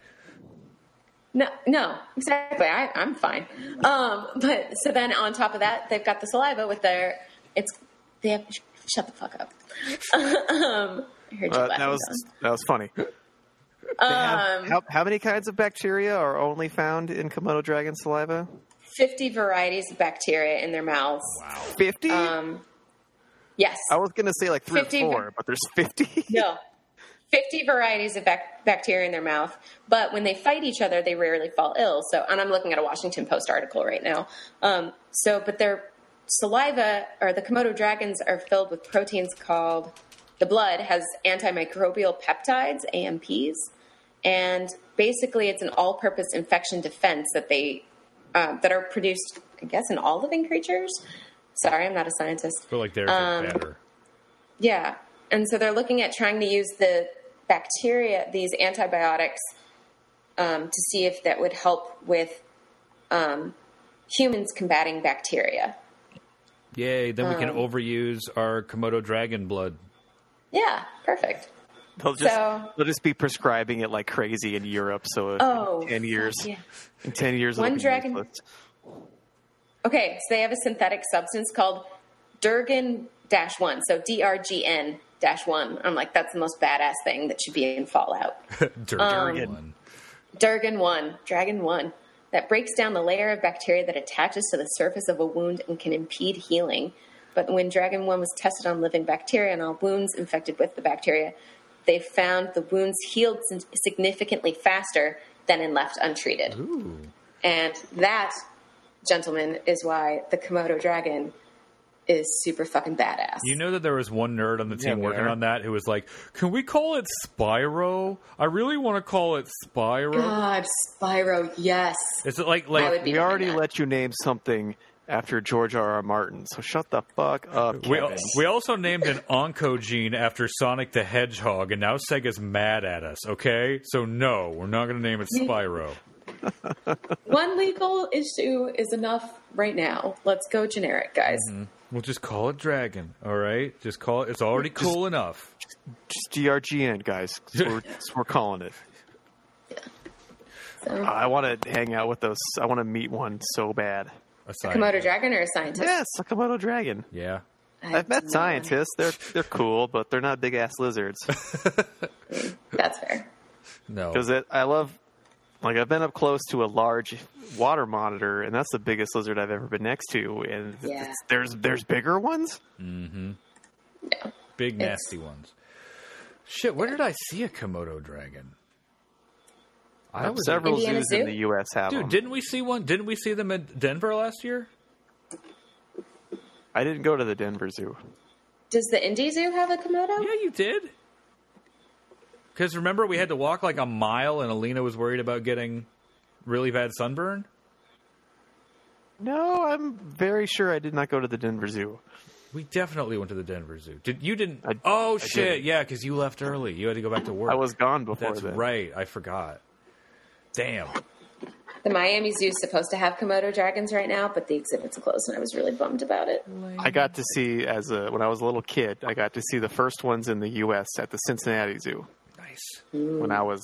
[SPEAKER 4] No, no, exactly. I, I'm fine. Um, but so then on top of that, they've got the saliva with their. It's they have shut the fuck up. um, I heard you
[SPEAKER 3] Uh,
[SPEAKER 4] laughing,
[SPEAKER 3] that was
[SPEAKER 4] John.
[SPEAKER 3] that was funny. They have-
[SPEAKER 4] Um,
[SPEAKER 3] how, how many kinds of bacteria are only found in Komodo dragon saliva?
[SPEAKER 4] fifty varieties of bacteria in their mouths.
[SPEAKER 3] Fifty.
[SPEAKER 4] Um, yes.
[SPEAKER 3] I was gonna say like three
[SPEAKER 4] 50.
[SPEAKER 3] or four, but there's fifty.
[SPEAKER 4] No. 50 varieties of bac- bacteria in their mouth, but when they fight each other, they rarely fall ill. So, and I'm looking at a Washington Post article right now. Um, so, but their saliva or the Komodo dragons are filled with proteins called the blood has antimicrobial peptides, AMPs, and basically it's an all purpose infection defense that they uh, that are produced, I guess, in all living creatures. Sorry, I'm not a scientist.
[SPEAKER 2] but like theirs
[SPEAKER 4] Um,
[SPEAKER 2] are better.
[SPEAKER 4] Yeah. And so they're looking at trying to use the bacteria, these antibiotics, um, to see if that would help with um, humans combating bacteria.
[SPEAKER 2] Yay! Then we can overuse our Komodo dragon blood.
[SPEAKER 4] Yeah, perfect.
[SPEAKER 3] They'll just
[SPEAKER 4] So-
[SPEAKER 3] they'll just be prescribing it like crazy in Europe. So in
[SPEAKER 4] Oh,
[SPEAKER 3] ten years,
[SPEAKER 4] fuck yeah.
[SPEAKER 3] in ten years,
[SPEAKER 4] One
[SPEAKER 3] it'll be
[SPEAKER 4] dragon-
[SPEAKER 3] useless.
[SPEAKER 4] Okay, so they have a synthetic substance called Durgan dash one. So D R G N dash one. I'm like, that's the most badass thing that should be in Fallout.
[SPEAKER 2] Dragon one.
[SPEAKER 4] Durgan 1, Dragon 1, that breaks down the layer of bacteria that attaches to the surface of a wound and can impede healing. But when Dragon 1 was tested on living bacteria and all wounds infected with the bacteria, they found the wounds healed sin- significantly faster than in left untreated.
[SPEAKER 2] Ooh.
[SPEAKER 4] And that, gentlemen, is why the Komodo dragon is super fucking badass.
[SPEAKER 2] You know that there was one nerd on the team
[SPEAKER 3] Yeah,
[SPEAKER 2] working
[SPEAKER 3] there.
[SPEAKER 2] on that who was like, "Can we call it Spyro? I really want to call it Spyro."
[SPEAKER 4] God, Spyro, yes.
[SPEAKER 2] Is it like
[SPEAKER 4] I would
[SPEAKER 2] like
[SPEAKER 4] be
[SPEAKER 3] We already
[SPEAKER 4] behind that.
[SPEAKER 3] let you name something after George R. R. Martin, so shut the fuck up.
[SPEAKER 2] we
[SPEAKER 3] Kevin.
[SPEAKER 2] we also named an oncogene after Sonic the Hedgehog, and now Sega's mad at us. Okay, so no, we're not going to name it Spyro.
[SPEAKER 4] One legal issue is enough right now. Let's go generic, guys.
[SPEAKER 2] We'll just call it Dragon. All right, just call it. It's already cool enough.
[SPEAKER 3] just DRGN guys. 'cause We're, 'cause we're calling it.
[SPEAKER 4] So,
[SPEAKER 3] I want to hang out with those. I want to meet one so bad.
[SPEAKER 2] A
[SPEAKER 4] Komodo
[SPEAKER 2] scientist.
[SPEAKER 4] dragon or a scientist?
[SPEAKER 3] Yes, a Komodo dragon.
[SPEAKER 2] Yeah.
[SPEAKER 4] I
[SPEAKER 3] I've
[SPEAKER 4] don't
[SPEAKER 3] met
[SPEAKER 4] know.
[SPEAKER 3] scientists. They're they're cool, but they're not big ass lizards.
[SPEAKER 4] That's fair.
[SPEAKER 2] No.
[SPEAKER 3] Because I love, like, I've been up close to a large water monitor, and that's the biggest lizard I've ever been next to. And
[SPEAKER 4] Yeah.
[SPEAKER 3] it's- there's there's bigger ones.
[SPEAKER 4] No.
[SPEAKER 2] Big
[SPEAKER 4] It's-
[SPEAKER 2] nasty ones. Shit, where did I see a Komodo dragon? I was
[SPEAKER 3] Several
[SPEAKER 4] Indiana
[SPEAKER 3] zoos
[SPEAKER 4] Zoo?
[SPEAKER 3] in the U.S. have
[SPEAKER 2] Dude,
[SPEAKER 3] them.
[SPEAKER 2] didn't we see one? Didn't we see them in Denver last year?
[SPEAKER 3] I didn't go to the Denver Zoo.
[SPEAKER 4] Does the Indy Zoo have a Komodo?
[SPEAKER 2] Yeah, you did. Because remember, we had to walk like a mile, and Alina was worried about getting really bad sunburn.
[SPEAKER 3] No, I'm very sure I did not go to the Denver Zoo.
[SPEAKER 2] We definitely went to the Denver Zoo. Did you didn't?
[SPEAKER 3] I-
[SPEAKER 2] oh
[SPEAKER 3] I
[SPEAKER 2] shit!
[SPEAKER 3] didn't.
[SPEAKER 2] Yeah, because you left early. You had to go back to work.
[SPEAKER 3] I was gone before
[SPEAKER 2] That's
[SPEAKER 3] then.
[SPEAKER 2] right. I forgot. Damn.
[SPEAKER 4] The Miami Zoo's supposed to have Komodo dragons right now, but the exhibit's closed, and I was really bummed about it.
[SPEAKER 3] I got to see as a when I was a little kid. I got to see the first ones in the U.S. at the Cincinnati Zoo
[SPEAKER 2] Nice.
[SPEAKER 3] when I was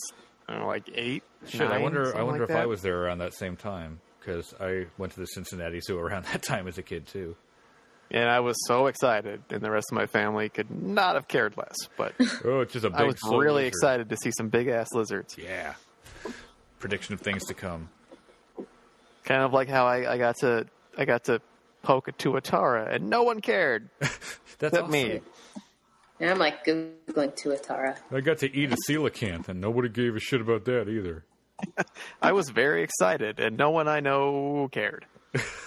[SPEAKER 3] I don't know, like eight.
[SPEAKER 2] Shit. I
[SPEAKER 3] nine,
[SPEAKER 2] wonder. I
[SPEAKER 3] something
[SPEAKER 2] wonder
[SPEAKER 3] like
[SPEAKER 2] if I
[SPEAKER 3] that.
[SPEAKER 2] was there around that same time because I went to the Cincinnati Zoo around that time as a kid too.
[SPEAKER 3] And I was so excited, and the rest of my family could not have cared less. But
[SPEAKER 2] Oh, it's just a big.
[SPEAKER 3] I was
[SPEAKER 2] slow
[SPEAKER 3] really
[SPEAKER 2] lizard.
[SPEAKER 3] excited to see some big ass lizards.
[SPEAKER 2] Yeah. Prediction of things to come.
[SPEAKER 3] Kind of like how I, I got to I got to poke a tuatara, and no one cared
[SPEAKER 2] That's
[SPEAKER 3] except
[SPEAKER 2] awesome.
[SPEAKER 3] me.
[SPEAKER 4] And I'm like Googling Tuatara.
[SPEAKER 2] I got to eat a coelacanth, and nobody gave a shit about that either.
[SPEAKER 3] I was very excited, and no one I know cared.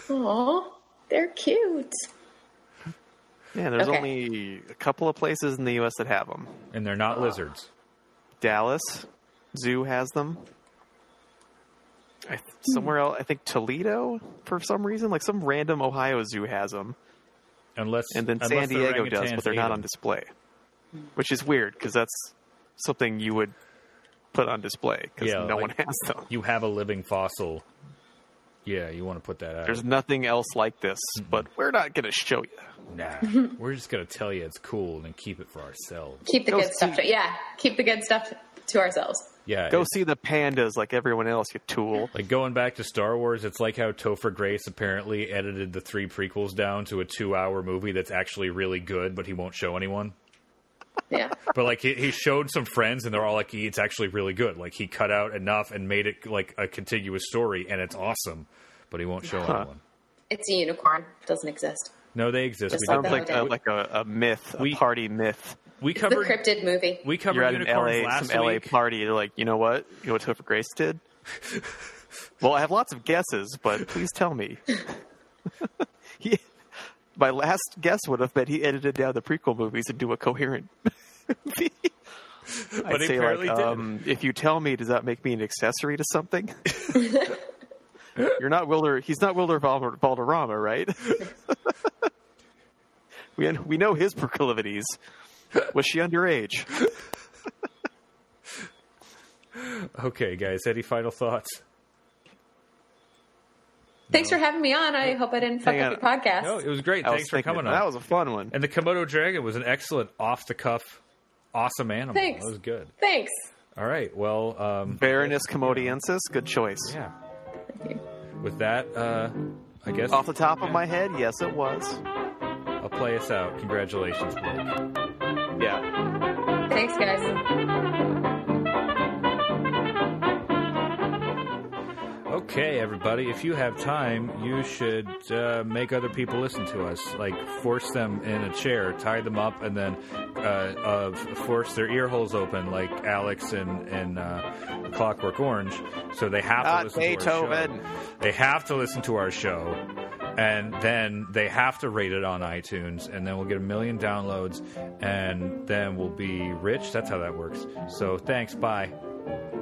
[SPEAKER 4] Aw, they're cute.
[SPEAKER 3] Yeah, there's
[SPEAKER 4] Okay.
[SPEAKER 3] only a couple of places in the U.S. that have them.
[SPEAKER 2] And they're
[SPEAKER 3] Ah.
[SPEAKER 2] not lizards.
[SPEAKER 3] Dallas Zoo has them. I, somewhere else, I think Toledo for some reason, like some random Ohio zoo has them,
[SPEAKER 2] Unless
[SPEAKER 3] and then San
[SPEAKER 2] unless the
[SPEAKER 3] Diego does,
[SPEAKER 2] orangutans
[SPEAKER 3] but they're
[SPEAKER 2] ate
[SPEAKER 3] not
[SPEAKER 2] them.
[SPEAKER 3] on display, which is weird because that's something you would put on display because
[SPEAKER 2] Yeah,
[SPEAKER 3] no
[SPEAKER 2] like-
[SPEAKER 3] one has them.
[SPEAKER 2] You have a living fossil. yeah, you want to put that out.
[SPEAKER 3] There's nothing else like this,
[SPEAKER 2] Mm-hmm.
[SPEAKER 3] but we're not going to show you.
[SPEAKER 2] nah, we're just gonna tell you it's cool and then keep it for ourselves.
[SPEAKER 4] Keep the
[SPEAKER 3] Go
[SPEAKER 4] good stuff.
[SPEAKER 3] see-
[SPEAKER 4] To, yeah, keep the good stuff to ourselves.
[SPEAKER 2] Yeah,
[SPEAKER 3] Go
[SPEAKER 2] it's-
[SPEAKER 3] see the pandas like everyone else, you tool.
[SPEAKER 2] Like going back to Star Wars, it's like how Topher Grace apparently edited the three prequels down to a two-hour movie that's actually really good, but he won't show anyone.
[SPEAKER 4] Yeah.
[SPEAKER 2] But like he, he showed some friends, and they're all like, "It's actually really good." Like he cut out enough and made it like a contiguous story, and it's awesome. But he won't show anyone.
[SPEAKER 4] It's a unicorn. Doesn't exist.
[SPEAKER 2] No, they exist.
[SPEAKER 4] Just
[SPEAKER 2] we,
[SPEAKER 4] like
[SPEAKER 2] did-
[SPEAKER 3] Sounds like a,
[SPEAKER 4] Okay.
[SPEAKER 3] like a, a myth, a
[SPEAKER 2] We-
[SPEAKER 3] party myth.
[SPEAKER 2] we
[SPEAKER 4] The
[SPEAKER 2] covered
[SPEAKER 4] cryptid movie.
[SPEAKER 2] we
[SPEAKER 3] You're
[SPEAKER 2] covered
[SPEAKER 3] at an
[SPEAKER 2] unicorns
[SPEAKER 3] LA
[SPEAKER 2] last
[SPEAKER 3] some
[SPEAKER 2] week.
[SPEAKER 3] LA party. You're like, you know what? You know what Topher Grace did? well, I have lots of guesses, but please tell me. he, my last guess would have been he edited down the prequel movies into a coherent. movie. I'd
[SPEAKER 2] he
[SPEAKER 3] say
[SPEAKER 2] apparently
[SPEAKER 3] like,
[SPEAKER 2] did.
[SPEAKER 3] um, if you tell me, does that make me an accessory to something? You're not Wilder. He's not Wilder Val- Valderrama, right? we we know his proclivities. Was she underage?
[SPEAKER 2] Okay, guys, any final thoughts?
[SPEAKER 4] Thanks for having me on. I hope I didn't fuck
[SPEAKER 3] Hang
[SPEAKER 4] up your
[SPEAKER 3] on.
[SPEAKER 4] podcast.
[SPEAKER 2] No, it was great.
[SPEAKER 3] I was
[SPEAKER 2] Thanks for
[SPEAKER 3] thinking-
[SPEAKER 2] coming
[SPEAKER 3] That
[SPEAKER 2] on.
[SPEAKER 3] was a fun one.
[SPEAKER 2] and the Komodo dragon was an excellent off-the-cuff, awesome animal.
[SPEAKER 4] Thanks.
[SPEAKER 2] That was good.
[SPEAKER 4] Thanks.
[SPEAKER 2] All right. Well, um,
[SPEAKER 3] Baroness Commodiensis, good choice.
[SPEAKER 2] yeah.
[SPEAKER 4] Thank you.
[SPEAKER 2] With that, uh, I guess
[SPEAKER 3] Off the top of my head, yes, it was.
[SPEAKER 2] I'll play us out. Congratulations, Blake.
[SPEAKER 3] Yeah.
[SPEAKER 4] Thanks, guys.
[SPEAKER 2] Okay, everybody, if you have time, you should uh, make other people listen to us. Like, force them in a chair, tie them up, and then uh, uh, force their ear holes open, like Alex and, and uh, Clockwork Orange. So they have to
[SPEAKER 3] Not
[SPEAKER 2] listen to
[SPEAKER 3] Beethoven.
[SPEAKER 2] our show. They have to listen to our show. And then they have to rate it on iTunes, and then we'll get a million downloads, and then we'll be rich. That's how that works. So thanks. Bye.